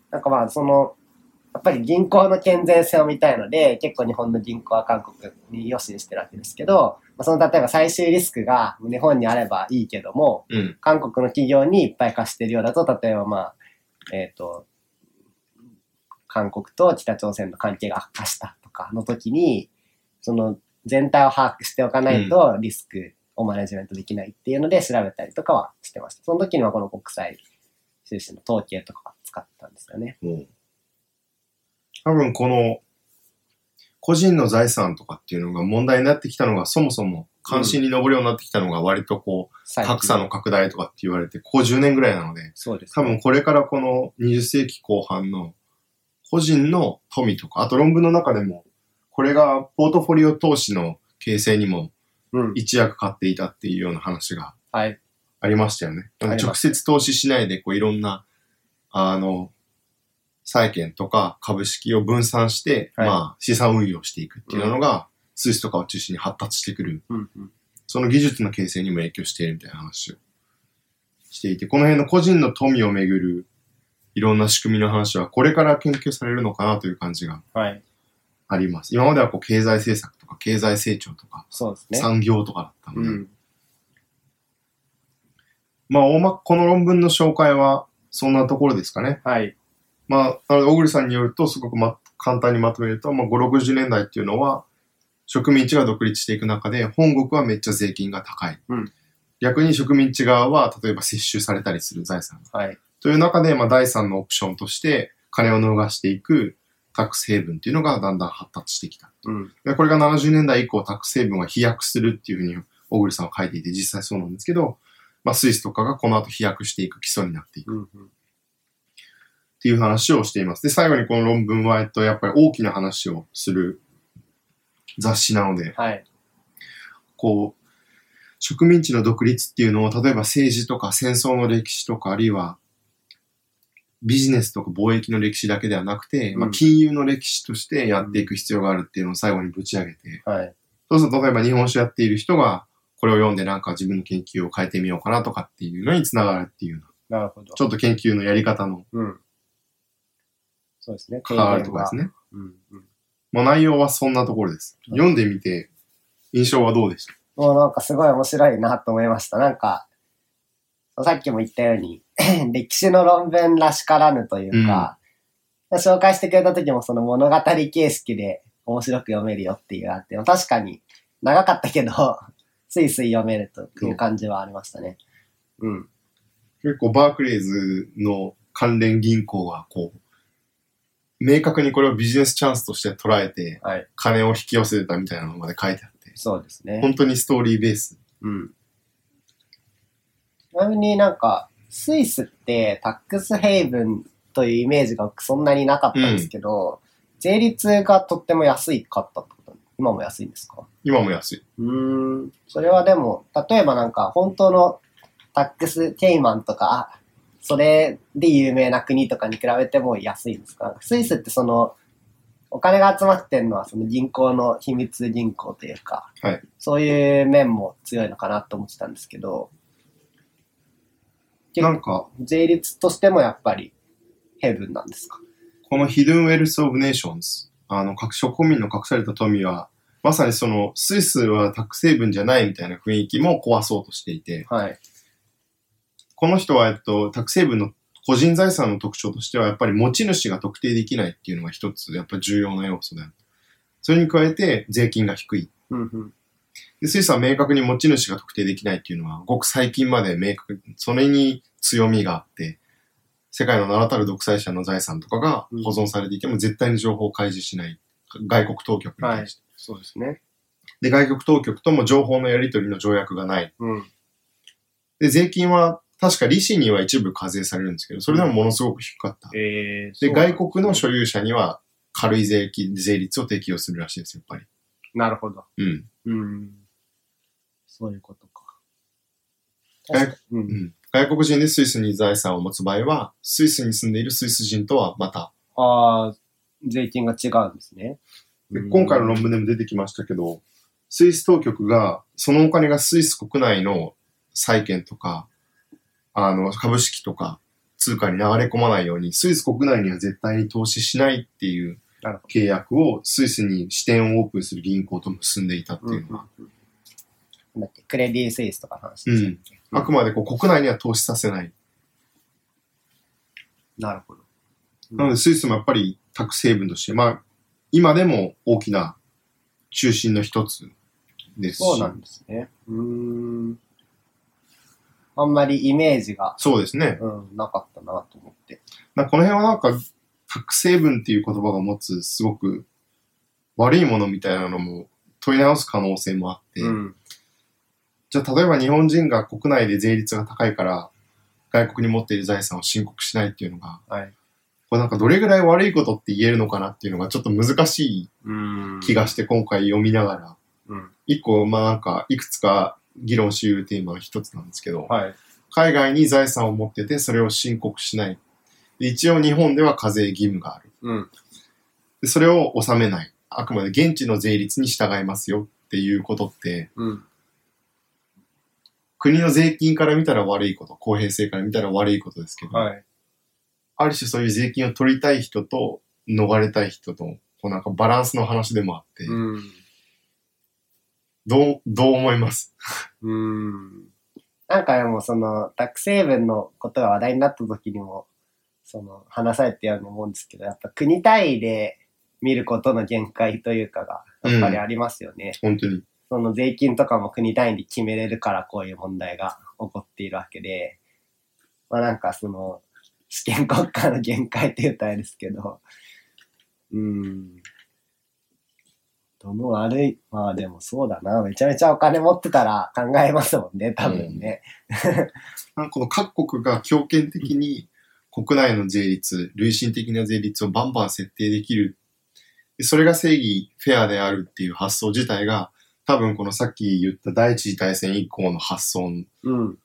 なんかまあその、やっぱり銀行の健全性を見たいので、結構日本の銀行は韓国に余震してるわけですけど、まあその例えば最終リスクが日本にあればいいけども、
うん。
韓国の企業にいっぱい貸してるようだと、例えばまあ、えっ、と、韓国と北朝鮮の関係が悪化したとかの時に、その全体を把握しておかないとリスクをマネジメントできないっていうので調べたりとかはしてました。その時にはこの国際収支の統計とかを使ったんですよね。
もう多分この、個人の財産とかっていうのが問題になってきたのが、そもそも関心に上るようになってきたのが割とこう、
最近
格差の拡大とかって言われて、ここ10年ぐらいなので、
そうです
多
ね、
分これからこの20世紀後半の個人の富とか、あと論文の中でも、これがポートフォリオ投資の形成にも
うん。
一役買っていたっていうような話が
はい。
ありましたよね。
あります
直接投資しないで、こういろんな、あの、債券とか株式を分散して、
はい
まあ資産運用していくっていうのが、スイスとかを中心に発達してくる
うんうん。
その技術の形成にも影響しているみたいな話をしていて、この辺の個人の富をめぐるいろんな仕組みの話はこれから研究されるのかなという感じが
はい。
あります。今まではこう経済政策とか経済成長とか
そうですね。
産業とかだったの
う
で、
ん。
まあ大ま、この論文の紹介はそんなところですかね。
はい。
まあ、なので、小栗さんによると、すごく、ま、簡単にまとめると、まあ、5、60年代っていうのは、植民地が独立していく中で、本国はめっちゃ税金が高い。
うん
逆に植民地側は、例えば接収されたりする財産が。
はい。
という中で、まあ、第3のオプションとして、金を逃していくタックスヘイブンっていうのがだんだん発達してきた。
うん。
でこれが70年代以降、タックスヘイブンは飛躍するっていうふうに、小栗さんは書いていて、実際そうなんですけど、まあ、スイスとかがこの後飛躍していく基礎になっていく。
うんうん。
っていう話をしています。で、最後にこの論文は、えっと、やっぱり大きな話をする雑誌なので、
はい。
こう、植民地の独立っていうのを、例えば政治とか戦争の歴史とか、あるいはビジネスとか貿易の歴史だけではなくて、まあ、
うん
金融の歴史としてやっていく必要があるっていうのを最後にぶち上げて、
はい。
そうすると、例えば日本史をやっている人が、これを読んでなんか自分の研究を変えてみようかなとかっていうのにつながるっていうような、
なるほど
ち。ょっと研究のやり方の
うん。そうですね。
関わるとかですね。
うんうん。
まあ、内容はそんなところです。
はい
読んでみて、印象はどうでした
もうなんかすごい面白いなと思いました。なんか、さっきも言ったように、 [clears throat] 歴史の論文らしからぬというか、紹介してくれた時もその物語形式で面白く読めるよっていうあって、確かに長かったけど、 [laughs] スイスイ読めるという感じはありましたね。うん。
結構、バークレイズの関連銀行は、こう、明確にこれをビジネスチャンスとして捉えて、
はい。
金を引き寄せたみたいなのまで書いてあって、
そうですね。
本当にストーリーベース。
うん。ちなみになんか、スイスってタックスヘイブンというイメージが僕そんなになかったんですけど、税率がとっても安いかったってこと今も安いんですか
今も安い。
うーん、それはでも、例えばなんか、本当のタックスケイマンとか、あそれで有名な国とかに比べても安いんですかスイスってその、お金が集まってるのはその銀行の秘密銀行というか、
はい
そういう面も強いのかなと思ってたんですけど、結
な
構
んか、
税率としてもやっぱりヘブンなんですか
この Hidden Wealth of Nations、あの、各諸国民の隠された富は、まさにその、スイスはタック成分じゃないみたいな雰囲気も壊そうとしていて、
はい。
この人は、えっと、タック成分の個人財産の特徴としては、やっぱり持ち主が特定できないっていうのが一つ、やっぱり重要な要素である。それに加えて、税金が低い。
うんうん。
でスイスは明確に持ち主が特定できないっていうのは、ごく最近まで明確、それに強みがあって、世界の名だたる独裁者の財産とかが保存されていても、絶対に情報を開示しない。外国当局に対して。
そうですね。
で、外国当局とも情報のやり取りの条約がない。
うん。
で、税金は、確か利子には一部課税されるんですけど、それでもものすごく低かった。
えー
で、外国の
所
所有者には軽い税金、税率を適用するらしいです、やっぱり。
なるほど。
うん。
うん。そういうことか。
え
確かにうん
うん外国人でスイスに財産を持つ場合は、スイスに住んでいるスイス人とはまた、
ああ、税金が違うんですね。
で
うん
今回の論文でも出てきましたけど、スイス当局が、そのお金がスイス国内の債券とか、あの、株式とか、通貨に流れ込まないように、スイス国内には絶対に投資しないっていう
なるほ
契約を、スイスに支店をオープンする銀行と結んでいたって
ど。う
い
ん
うのは、
だって、クレディ・スイスとかの話でしたっけ、
あくまでこう国内には投資させない。
なるほど。
なのでスイスもやっぱりタック成分として、まあ、今でも大きな中心の一つですし。
そうなんですね。うーん。あんまりイメージが、
そうですね。
うん、なかったなと思って。
なんかこの辺はなんか、タック成分っていう言葉が持つすごく悪いものみたいなのも問い直す可能性もあって、
うん。
じゃあ例えば日本人が国内で税率が高いから外国に持っている財産を申告しないっていうのが、
はい。
これなんかどれぐらい悪いことって言えるのかなっていうのがちょっと難し
うん
い気がして今回読みながら
うん。
一個、まあなんか、いくつか議論し得るテーマの一つなんですけど、
はい。
海外に財産を持ってて、それを申告しない。で一応日本では課税義務がある。
うん。
でそれを納めない。あくまで現地の税率に従いますよっていうことって、
うん。
国の税金から見たら悪いこと、公平性から見たら悪いことですけど、
はい。
ある種そういう税金を取りたい人と逃れたい人と、こうなんかバランスの話でもあって、
うん。
どう、どう思います
うーん。なんかでもその、タック成分のことが話題になった時にも、その、話されてように思うんですけど、やっぱ国単位で見ることの限界というかが、やっぱりありますよね。
本当に。
その税金とかも国単位で決めれるからこういう問題が起こっているわけで、まあなんかその、主権国家の限界って言ったらあれですけど、うーん。どの悪い、まあでもそうだな、めちゃめちゃお金持ってたら考えますもんね、多分ね。
なんかこの各国が強権的に国内の税率、累進的な税率をバンバン設定できる。でそれが正義、フェアであるっていう発想自体が、多分このさっき言った第一次大戦以降の発想に
うん、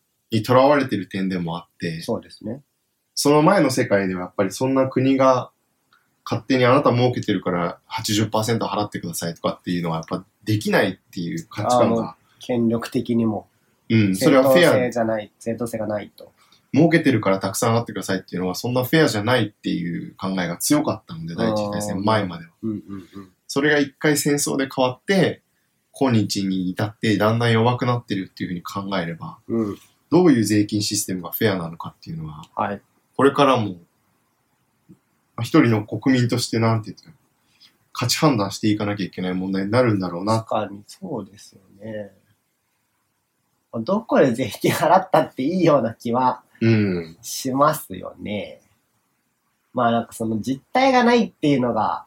とらわれてる点でもあって、
そうですね。
その前の世界ではやっぱりそんな国が勝手にあなた儲けてるから80%払ってくださいとかっていうのはやっぱできないっていう価値観
あ
が、
権力的にも、
うん、それはフ
正当
ェ
性
ア、
じゃない、正当性がないと。
儲けてるからたくさん払ってくださいっていうのはそんなフェアじゃないっていう考えが強かったので、第一次大戦前までは。
うんうんうん。
それが一回戦争で変わって、今日に至ってだんだん弱くなってるっていうふうに考えれば、
うん、
どういう税金システムがフェアなのかっていうのは、
はい。
これからも、一人の国民としてなんていうんですか、価値判断していかなきゃいけない問題になるんだろうな。
確かにそうですよね。どこで税金払ったっていいような気は
うん。
しますよね。まあなんかその実態がないっていうのが、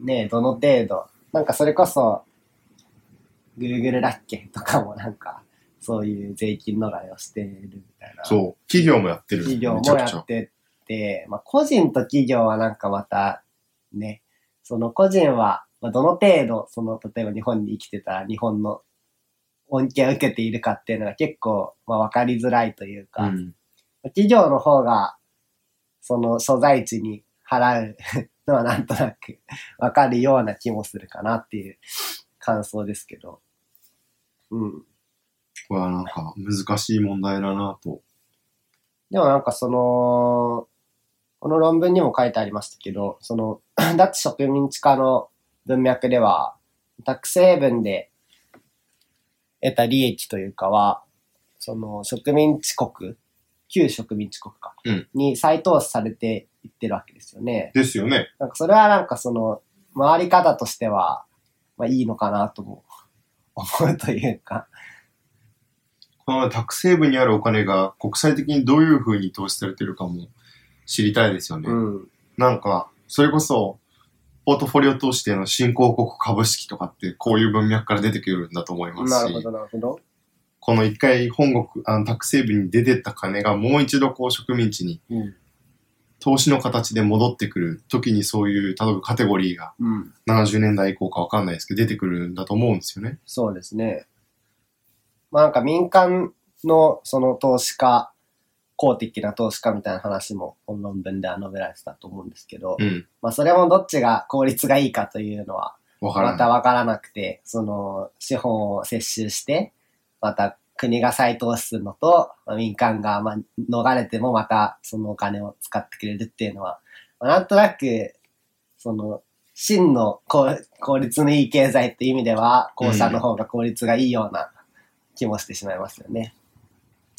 ねえ、どの程度。なんかそれこそ、Google だっけとかもなんか、そういう税金逃れをしてるみたいな。
そう。企業もやってる。
企業
め
も
ちゃ
や
くちゃ
っ。てて、まあ、個人と企業はなんかまた、ね、その個人は、まあ、どの程度、その、例えば日本に生きてたら日本の恩恵を受けているかっていうのが結構、まあ、わかりづらいというか、
うん
企業の方が、その所在地に払う [laughs] のはなんとなくわかるような気もするかなっていう感想ですけど。うん。
これはなんか難しい問題だなと。
でもなんかその、この論文にも書いてありましたけど、その、 [clears throat] 脱植民地化の文脈では、タック成分で得た利益というかは、その植民地国、旧植民地国か、
うん
に再投資されていってるわけですよね。
ですよね。
なんかそれはなんかその、回り方としては、まあいいのかなとも思うというか。
このタックセーブにあるお金が国際的にどういうふうに投資されてるかも知りたいですよね。
うん。
なんか、それこそ、ポートフォリオ投資での新興国株式とかってこういう文脈から出てくるんだと思いま
な
す
るほ
し、
ど、なるほど。
この一回本国、あのタックセーブに出てった金がもう一度こう植民地に
うん。
投資の形で戻ってくる時にそういう、例えばカテゴリーが
うん。
70年代以降かわかんないですけど出てくるんだと思うんですよね。
そうですね。まあなんか民間のその投資家、公的な投資家みたいな話も本論文では述べられてたと思うんですけど、
うん。
まあそれもどっちが効率がいいかというのは
わから
ま
な
た
い。
分からなくて、その資本を接収して、また国が再投資するのと、まあ民間がまあ逃れてもまたそのお金を使ってくれるっていうのは、まあなんとなく、その、真の効効率のいい経済っていう意味では、後者の方が効率がいいような気もしてしまいますよね。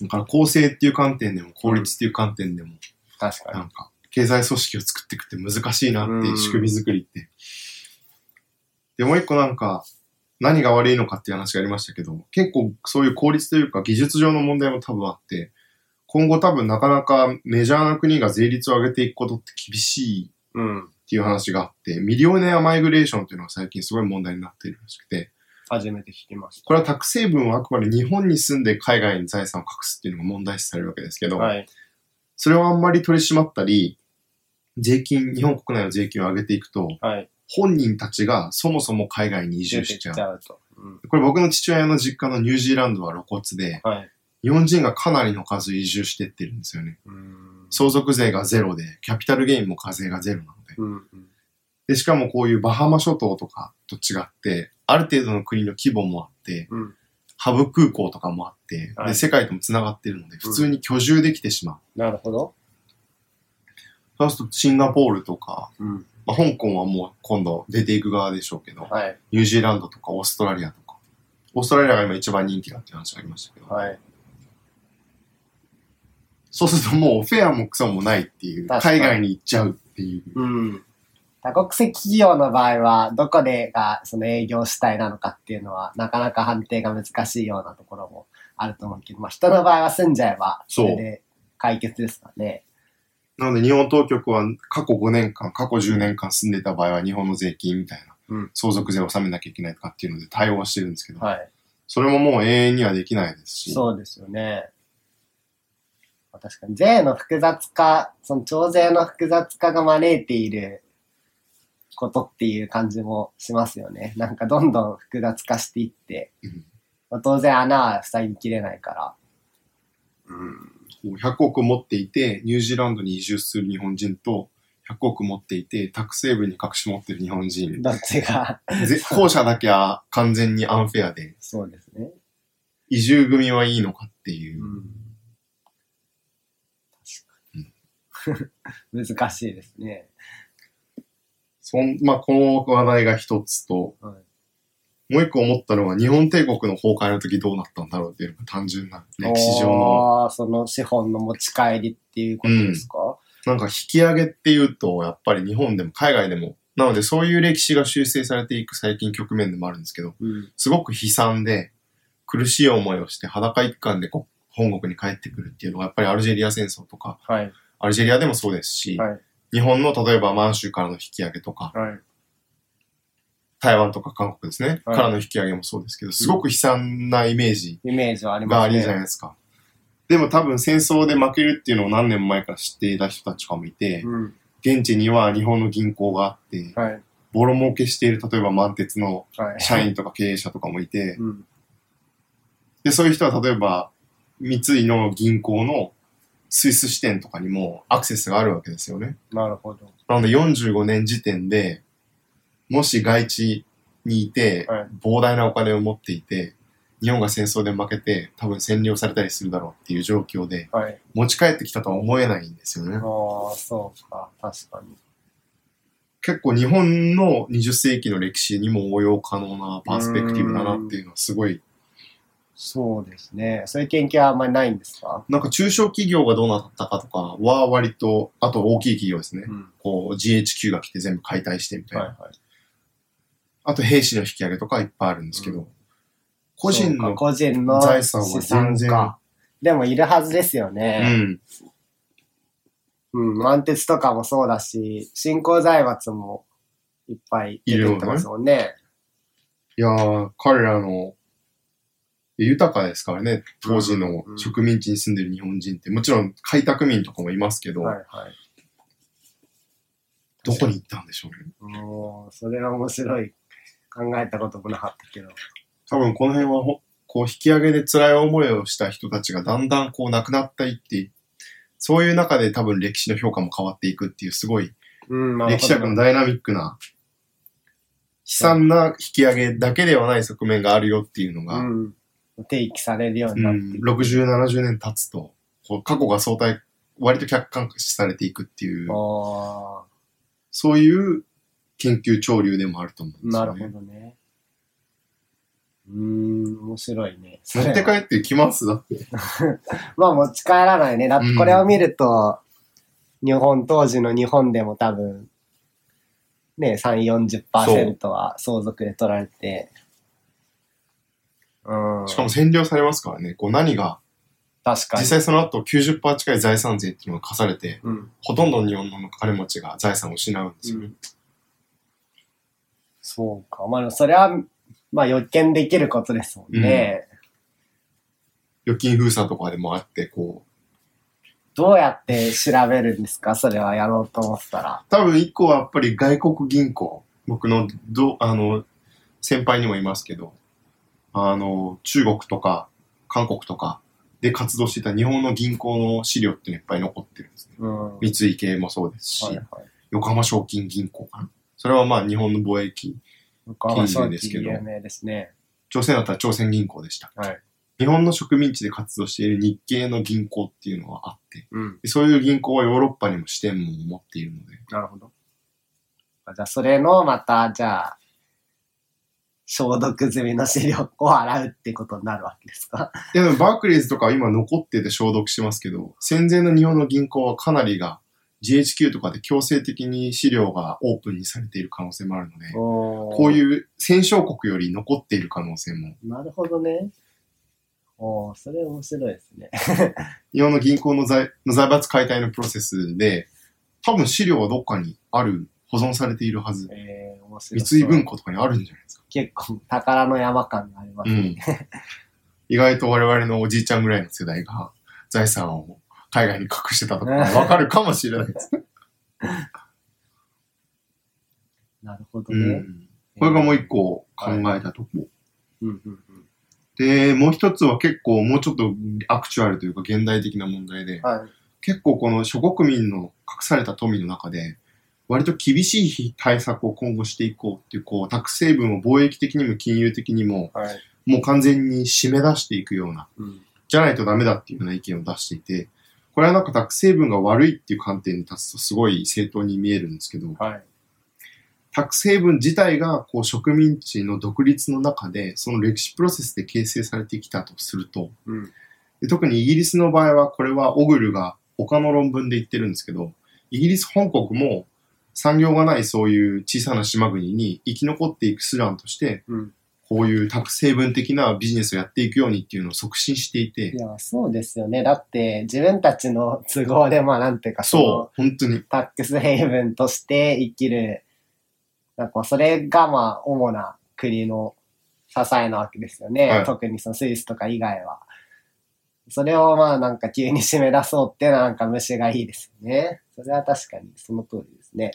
だから構成っていう観点でも効率っていう観点でも、
確かに。
なんか経済組織を作っていくって難しいなっていう仕組み作りって。で、もう一個なんか何が悪いのかっていう話がありましたけど、結構そういう効率というか技術上の問題も多分あって、今後多分なかなかメジャーな国が税率を上げていくことって厳しい
う
っ
ん。
ていう話があって、ミリオネアマイグレーションっていうのが最近すごい問題になっているらしくて、
初めて聞きまし
これはタック成分はあくまで日本に住んで海外に財産を隠すっていうのが問題視されるわけですけ
た。
ど、
はい。
それをあんまり取り締まったり、税金、日本国内の税金を上げていくと、
はい。
本人たちがそもそも海外に移住
出て
し
き
ち
ち
ゃう。
ゃうと。うん。
これ僕の父親の実家のニュージーランドは露骨で、
はい。
日本人がかなりの数移住してってるんですよね。
うん
相続税がゼロで、キャピタルゲインも課税がゼロなので。
うん。うん。
で、しかもこういうバハマ諸島とかと違って、ある程度の国の規模もあって、
うん。
ハブ空港とかもあって、
は
で
い
世界ともつながってるので、普通に居住できてしまう。
なるほど。
そうするとシンガポールとか、
うん。
まあ、香港はもう今度出ていく側でしょうけど、
はい。
ニュージーランドとかオーストラリアとか、オーストラリアが今一番人気だっていう話がありましたけど、
はい。
そうするともうフェアもクソもないっていう、
確か
海
に
外に行っちゃうっていう。
うん。多国籍企業の場合は、どこでがその営業主体なのかっていうのは、なかなか判定が難しいようなところもあると思うけど、まあ人の場合は住んじゃえば、
そ
そうれで解決ですからね。
なので日本当局は過去5年間、過去10年間住んでた場合は日本の税金みたいな、
うん
相続税を納めなきゃいけないとかっていうので対応はしてるんですけど、
はい。
それももう永遠にはできないですし、
そうですよね。まあ確かに税の複雑化、その徴税の複雑化が招いていることっていう感じもしますよね。なんかどんどん複雑化していって、
うん
まあ当然穴は塞ぎきれないから。
こう100億持っていて、ニュージーランドに移住する日本人と、100億持っていて、タックセーブに隠し持ってる日本人。
どっちが、
ぜ後者だけは完全にアンフェアで、
そうですね。
移住組はいいのかっていう。
[laughs] 難しいですね。
そんまあ、この話題が一つと、
はい
もう一個思ったのは、日本帝国の崩壊の時どうなったんだろうっていうのが単純な歴史上の。
おーその資本の持ち帰りっていうことですか、
なんか引き上げっていうと、やっぱり日本でも海外でも、なのでそういう歴史が修正されていく最近局面でもあるんですけど、
うん
すごく悲惨で、苦しい思いをして裸一貫でこ本国に帰ってくるっていうのが、やっぱりアルジェリア戦争とか、
はい。
アルジェリアでもそうですし、
はい
日本の例えば満州からの引き上げとか、
はい。
台湾とか韓国ですね、
はい
からの引き上げもそうですけど、すごく悲惨なイメージ
イメージはあり
が
ま
あ
す
るじゃな
ね。
いですか。でも多分戦争で負けるっていうのを何年も前から知っていた人たちとかもいて、
うん。
現地には日本の銀行があって、
はい。
ボロ儲けしている、例えば満鉄の
はい。
社員とか経営者とかもいて、
うん。
で、そういう人は例えば、三井の銀行のスイス支店とかにもアクセスがあるわけですよね。
なるほど。
なので45年時点で、もし外地にいて
はい、
膨大なお金を持っていて、日本が戦争で負けて、多分占領されたりするだろうっていう状況で、
はい。
持ち帰ってきたとは思えないんですよね。
ああ、そうか。確かに。
結構日本の20世紀の歴史にも応用可能なパースペクティブだなっていうのはすごい、
そうですね。そういう研究はあんまりないんですか
なんか中小企業がどうなったかとかは割と、あと大きい企業ですね。
ん。
こう GHQ が来て全部解体してみたいな。
はいはい。
あと兵士の引き上げとかいっぱいあるんですけど、
うん
個人
そうか
の、
個人の
財産は全然
資産か。でもいるはずですよ
う
ね。
ん、
うん。満鉄とかもそうだし、新興財閥もいっぱい出てきてますもんね。
いやー、彼らの、豊かですからね、当時の
うん
植民地に住んでる日本人って、もちろん開拓民とかもいますけど、
はいはい。
どこに行ったんでしょうね。
もう、それは面白い。考えたこともなかったけど。
多分この辺はほ、こう引き上げで辛い思いをした人たちがだんだんこう亡くなったいって、そういう中で多分歴史の評価も変わっていくっていう、すごい
うん、まあ
歴史学のダイナミックな、悲惨な引き上げだけではない側面があるよっていうのが、
うん。定義されるよう
う
になって
ん、60、70年経つと、こう過去が相対、割と客観視されていくっていう、
ああ、
そういう研究潮流でもあると思うんです
な
よ
る
ね。
ほどね。うーん、面白いね。
持って帰ってきますだって。
まあ持ち帰らないね。だってこれを見ると、日本、当時の日本でも多分、ね、3、40%は相続で取られて、うん。
しかも占領されますからね。こう何が、
確
実
かに。
際その後90%近い財産税っていうのが課されて、
うん。
ほとんどの日本の金持ちが財産を失うんですよね。
そうか。まあでもそれは、まあ予見できることですもんね。
預金封鎖とかでもあって、こう、
どうやって調べるんですかそれはやろうと思ったら。
多分一個はやっぱり外国銀行。僕の、ど、あの、先輩にもいますけど、あの、中国とか韓国とかで活動していた日本の銀行の資料っていうのいっぱい残ってるんですね。
うん。はい
三井系もそうですし、
はい。
横浜賞金銀行かな。それはまあ日本の貿易、
僕は正
近年ですけ
直
ど
有名ですね。
朝鮮だったら朝鮮銀行でした。
はい。
日本の植民地で活動している日系の銀行っていうのはあって、
うん。
でそういう銀行はヨーロッパにも支店も持っているので、
なるほど。あじゃあ、それの、また、じゃあ、消毒済みの資料を洗うってことになるわけですか。
いやでもバークリーズとかは今残ってて消毒してますけど、戦前の日本の銀行はかなりが GHQ とかで強制的に資料がオープンにされている可能性もあるので、こ
こ
う
う。
いう戦勝国より残っている可能性も、
なるほどね。おーそれ面白いですね。
日本の銀行の財の財閥解体のプロセスで、多分資料はどっかにある、保存されているはず。
えー、面白い。
三井文庫とかにあるんじゃないですか。
結構、宝の山感があります
う。ん。意外と我々のおじいちゃんぐらいの世代が財産を海外に隠してたとかわかるかもしれないですね。
なるほど
う
ね。
んこれがもう一個考えたとこ。
うんうんうん。
で、もう一つは結構もうちょっとアクチュアルというか現代的な問題で、
はい。
結構この諸国民の隠された富の中で、割と厳しい対策を今後していこうっていう、こう、託成分を貿易的にも金融的にも、
はい。
もう完全に締め出していくような、
うん。
じゃないとダメだっていうような意見を出していて、これはなんか託成分が悪いっていう観点に立つとすごい正当に見えるんですけど、
はい。
タ成分自体がこう植民地の独立の中でその歴史プロセスで形成されてきたとすると
うん。
で特にイギリスの場合はこれはオグルが他の論文で言ってるんですけどイギリス本国も産業がないそういう小さな島国に生き残っていく手段として
うん。
こういうタ成分的なビジネスをやっていくようにっていうのを促進していて
いや、そうですよね。だって、自分たちの都合で、まあ、なんていうか、
そう本当に
タックスヘイブンとして生きる、なんかそれがまあ主な国の支えなわけですよね。
はい
特にそのスイスとか以外は。それをまあなんか急に締め出そうってなんか虫がいいですよね。それは確かにその通りですね。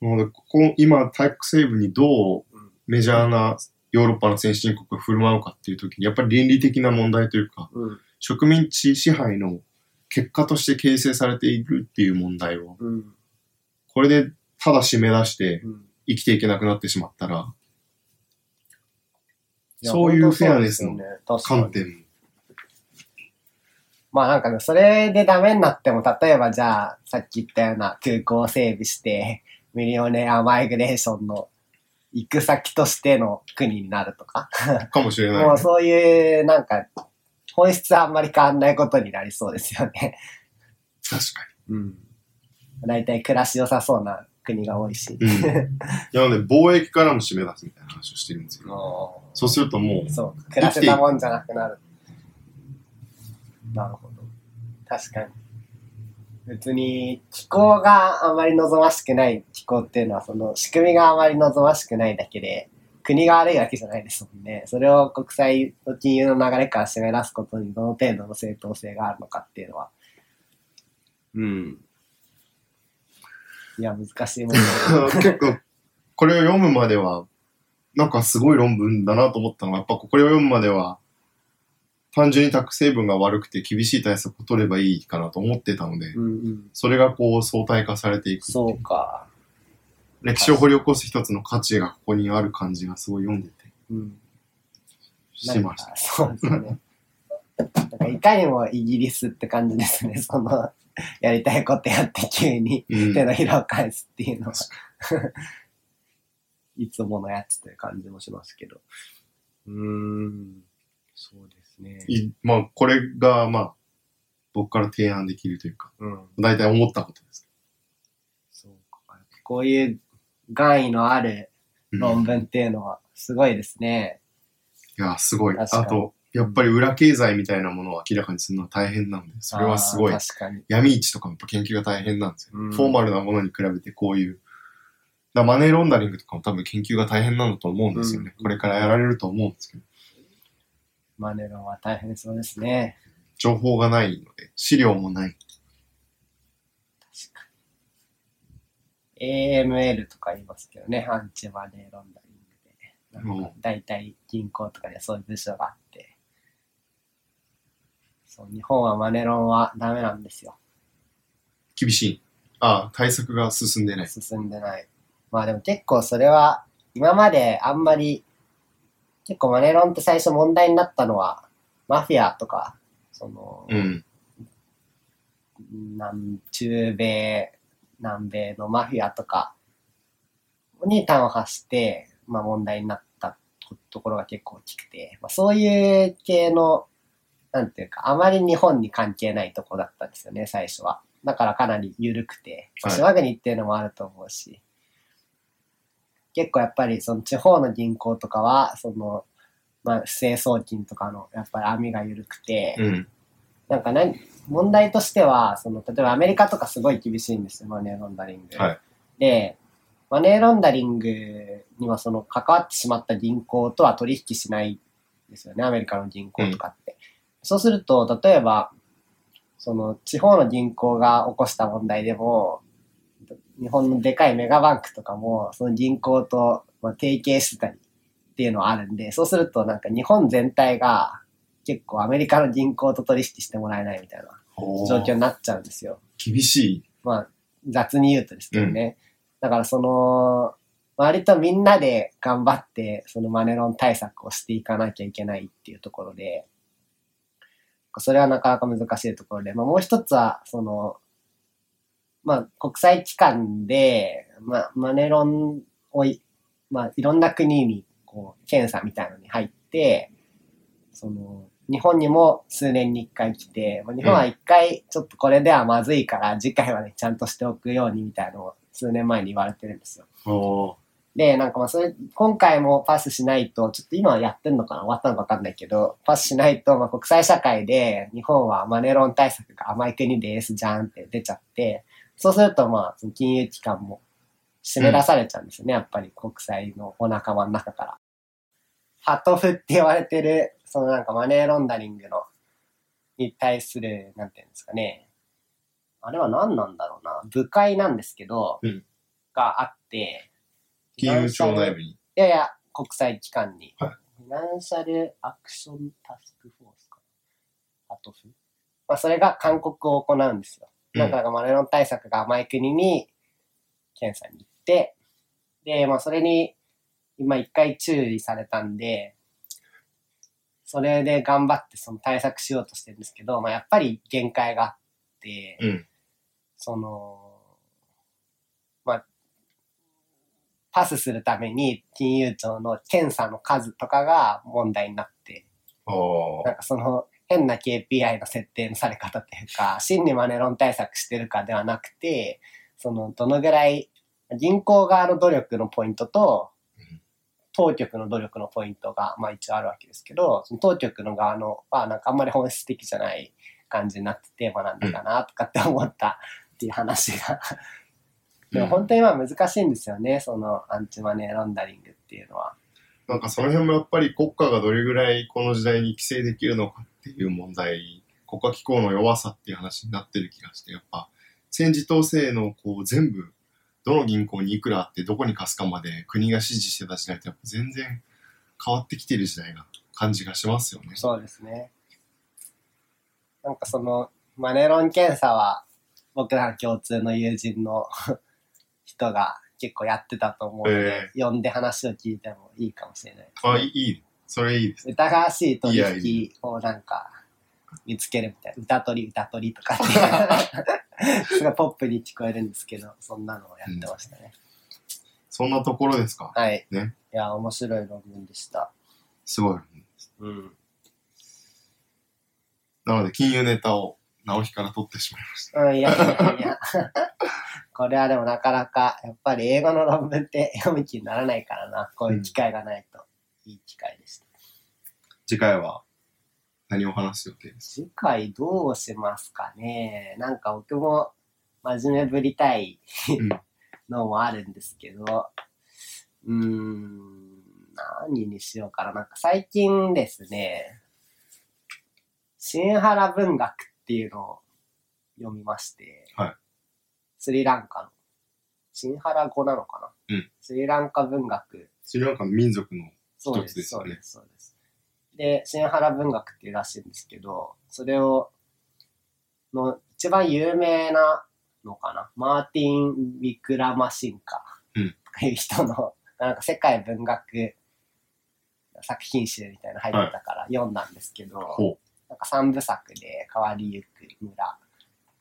なので、ここ、今、タックセーブにどう
うん
メジャーなヨーロッパの先進国が振る舞うかっていう時に、やっぱり倫理的な問題というか、
うん。
植民地支配の結果として形成されているっていう問題を、
うん。
これでただ締め出して
うん。
生きていけなくなってしまったら、
や
そういう
本当そうですよね確かに
観点、
まあなんかね、それでダメになっても、例えばじゃあ、さっき言ったような空港を整備して、ミリオネアマイグレーションの行く先としての国になるとか、
かもしれない
もうそういうなんか、本質はあんまり変わんないことになりそうですよね。
確か
うん。 [laughs] 大体暮らし良さそうな国が多いし。
に。 [laughs] うん。なので、貿易からも締め出すみたいな話をしてるんですよ。
もう
そうするともう、
そう、暮らせたもんじゃなくなる。なるほど。確かに。別に気候があまり望ましくない気候っていうのはその仕組みがあまり望ましくないだけで国が悪いわけじゃないですもんね。それを国際の金融の流れから締め出すことにどの程度の正当性があるのかっていうのは、
うん。
いや難しいもんね。
[laughs] 結構、これを読むまでは、なんかすごい論文だなと思ったのが、やっぱこれを読むまでは、単純にタック成分が悪くて厳しい対策を取ればいいかなと思ってたので、
[laughs] うんうん。
それがこう相対化されていく。
そうか。
歴史を掘り起こす一つの価値がここにある感じがすごい読んでて、
うん。
しました。
なんかそうですね。なんかいかにもイギリスって感じですね。その、やりたいことやって急に
うん
手のひらを返すっていうのは
確、
いつものやつという感じもしますけど。うーん、そうですね。
いまあ、これが、まあ、僕から提案できるというか、
うん、
大体思ったことです。
そうか。こういう願意のある
うん
論文っていうのはすごいですね。
いや、すごい。あ
確かに
と、やっぱり裏経済みたいなものを明らかにするのは大変なので、それはすごい
あー。確かに。
闇市とかもやっぱ研究が大変なんですよ。
うん
フォーマルなものに比べてこういう。だからマネーロンダリングとかも多分研究が大変なんだと思うんですよね。
うん
これからやられると思うんですけど、
マネロンは大変そうですね。
情報がないので、資料もない。
確かに。AML とか言いますけどね、アンチマネーロンダリングで。なんか
う
大体銀行とかでそういう部署があって。そう、日本はマネロンはダメなんですよ。
厳しい。ああ、対策が進んでない。
進んでない。まあでも結構それは、今まであんまり、結構マネロンって最初問題になったのは、マフィアとか、その、
うん。
南中米、南米のマフィアとかに端を発して、まあ、問題になったところが結構大きくて、まあ、そういう系の、なんていうか、あまり日本に関係ないところだったんですよね、最初は。だからかなり緩くて、まあ
はい
島国っていうのもあると思うし、結構やっぱりその地方の銀行とかは、その、まあ、不正送金とかのやっぱり網が緩くて、
うん。
なんか何問題としてはその例えばアメリカとかすごい厳しいんですよマネーロンダリング。
はい
でマネーロンダリングにはその関わってしまった銀行とは取引しないんですよねアメリカの銀行とかって。そうすると例えばその地方の銀行が起こした問題でも日本のでかいメガバンクとかもその銀行とまあ提携してたりっていうのはあるんでそうするとなんか日本全体が結構アメリカの銀行と取引してもらえないみたいな
お
状
ー
況になっちゃうんですよ。
厳し
まあ雑に言うとですけどね。だからその割とみんなで頑張ってそのマネロン対策をしていかなきゃいけないっていうところでそれはなかなか難しいところで、まあ、もう一つはそのまあ国際機関で、まあ、マネロンをい,、まあ、いろんな国にこう検査みたいなのに入ってその日本にも数年に1回来て、まあ、日本は1回ちょっとこれではまずいから次回はねちゃんとしておくようにみたいなのを数年前に言われてるんですよ。
い。おー
で、なんかまあそれ、今回もパスしないと、ちょっと今はやってんのかな終わったのかわかんないけど、パスしないと、まあ国際社会で日本はマネロン対策が甘い国ですじゃんって出ちゃって、そうするとまあその金融機関も締め出されちゃうんですよね、やっぱり国際のお仲間の中から。ハトフって言われてる、そのなんかマネーロンダリングのに対する、なんていうんですかね、あれは何なんだろうな、部会なんですけど、
うん
があって、
金融庁内部に。
いやいや、国際機関に。
は
フィナンシャルアクションタスクフォースか。アトフ。まあ、それが勧告を行うんですよ。
うん
だから、マネロン対策が甘い国に検査に行って、で、まあ、それに今一回注意されたんで、それで頑張ってその対策しようとしてるんですけど、まあ、やっぱり限界があって、
うん。
その、まあ、パスするために金融庁の検査の数とかが問題になって、
ああ
なんかその変な KPI の設定のされ方というか、真にマネロン対策してるかではなくて、そのどのぐらい銀行側の努力のポイントと
うん、
当局の努力のポイントが、まあ一応あるわけですけど、その当局の側のはなんかあんまり本質的じゃない感じになってて、まあなんだかなとかって思ったっていう話が。でも本当に今難しいんですよね、そのアンチマネーロンダリングっていうのは。
なんかその辺もやっぱり国家がどれぐらいこの時代に規制できるのかっていう問題、国家機構の弱さっていう話になってる気がして、やっぱ戦時統制のこう全部、どの銀行にいくらあってどこに貸すかまで国が指示してた時代とやっぱ全然変わってきてる時代な感じがしますよね。
そうですね。なんかその、マネロン検査は、僕らの共通の友人の [laughs] 人が結構やってたと思うので、呼んで話を聞いてもいいかもしれないですね、
あ、いいいい。それいいです。
疑わしい取
いやい
引をなんか見つけるみたいな、歌取り、歌取りとか
[laughs]
って、すごいポップに聞こえるんですけど、そんなのをやってましたね。
そんなところですか
はい。
ね
いや、面白い論文でした。
すごい。
うん。
なので金融ネタを直樹から取ってしまいました。
うん、いやいやいや。これはでもなかなか、やっぱり英語の論文って読む気にならないからな。こういう機会がないと。いい機会でした。
次回は何を話す予定ですか
次回どうしますかね。なんか僕も真面目ぶりたい
[laughs] ん
のもあるんですけど、うーん、何にしようかな。なんか最近ですね、新原文学っていうのを読みまして、
はい
スリランカの、新原語なのかな、
うん
スリランカ文学
スリランカの民族の
そうで、
一つですす
そ
よ
う
ね
です、そうです。で、新原文学っていうらしいんですけど、それを、の一番有名なのかな、マーティン・ビクラマシンカ
うん
という人の、なんか世界文学作品集みたいなの入ってたから読んだんですけど、
ほう
なんか三部作で、変わりゆく村、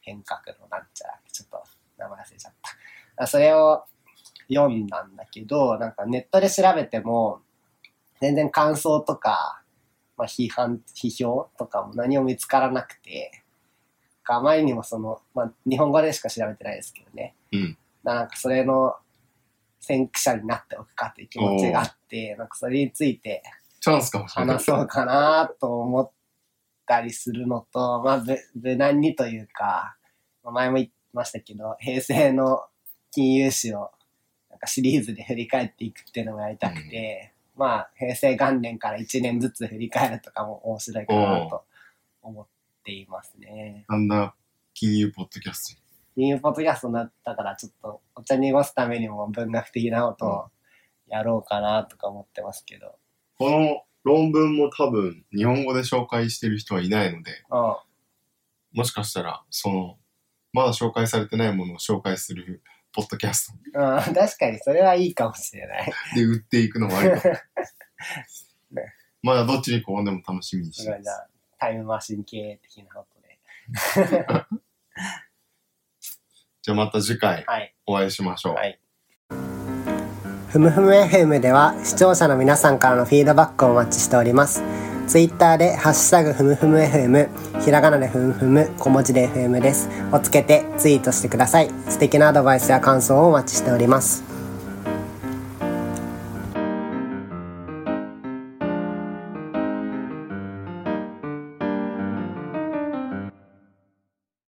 変革のなんちゃら、ちょっと名前忘れちゃった。それを読んだんだけど、なんかネットで調べても、全然感想とか、まあ、批判、批評とかも何も見つからなくて、あまりにもその、まあ、日本語でしか調べてないですけどね。
うん
だからなんかそれの先駆者になっておくかという気持ちがあって、なんかそれについて
チャンスかもしれない。
話そうかなと思ったりするのと、まあ、ぶ無難にというか、まあ前も言いましたけど、平成の金融史をなんかシリーズで振り返っていくっていうのもやりたくて、まあ、平成元年から1年ずつ振り返るとかも面白いかなと思っていますね。
だんだん金融ポッドキャストに。
金融ポッドキャストになったから、ちょっとお茶濁すためにも文学的なことをやろうかなとか思ってますけど。
この論文も多分日本語で紹介してる人はいないので、
うん
もしかしたらそのまだ紹介されてないものを紹介するポッドキャスト
ああ確かにそれはいいかもしれない。
で売っていくのもあり [laughs] かもまだどっちに転んでも楽しみにし
そ
てま
れはじゃ
す。
あタイムマシン系的なことで。
じゃあまた次回
はい。
お会いしましょう。
い。ふむふむ FM では視聴者の皆さんからのフィードバックをお待ちしております。ツイッターでハッシュタグふむふむ FM、ひらがなでふむふむ、小文字で FM です。をつけてツイートしてください。素敵なアドバイスや感想をお待ちしております。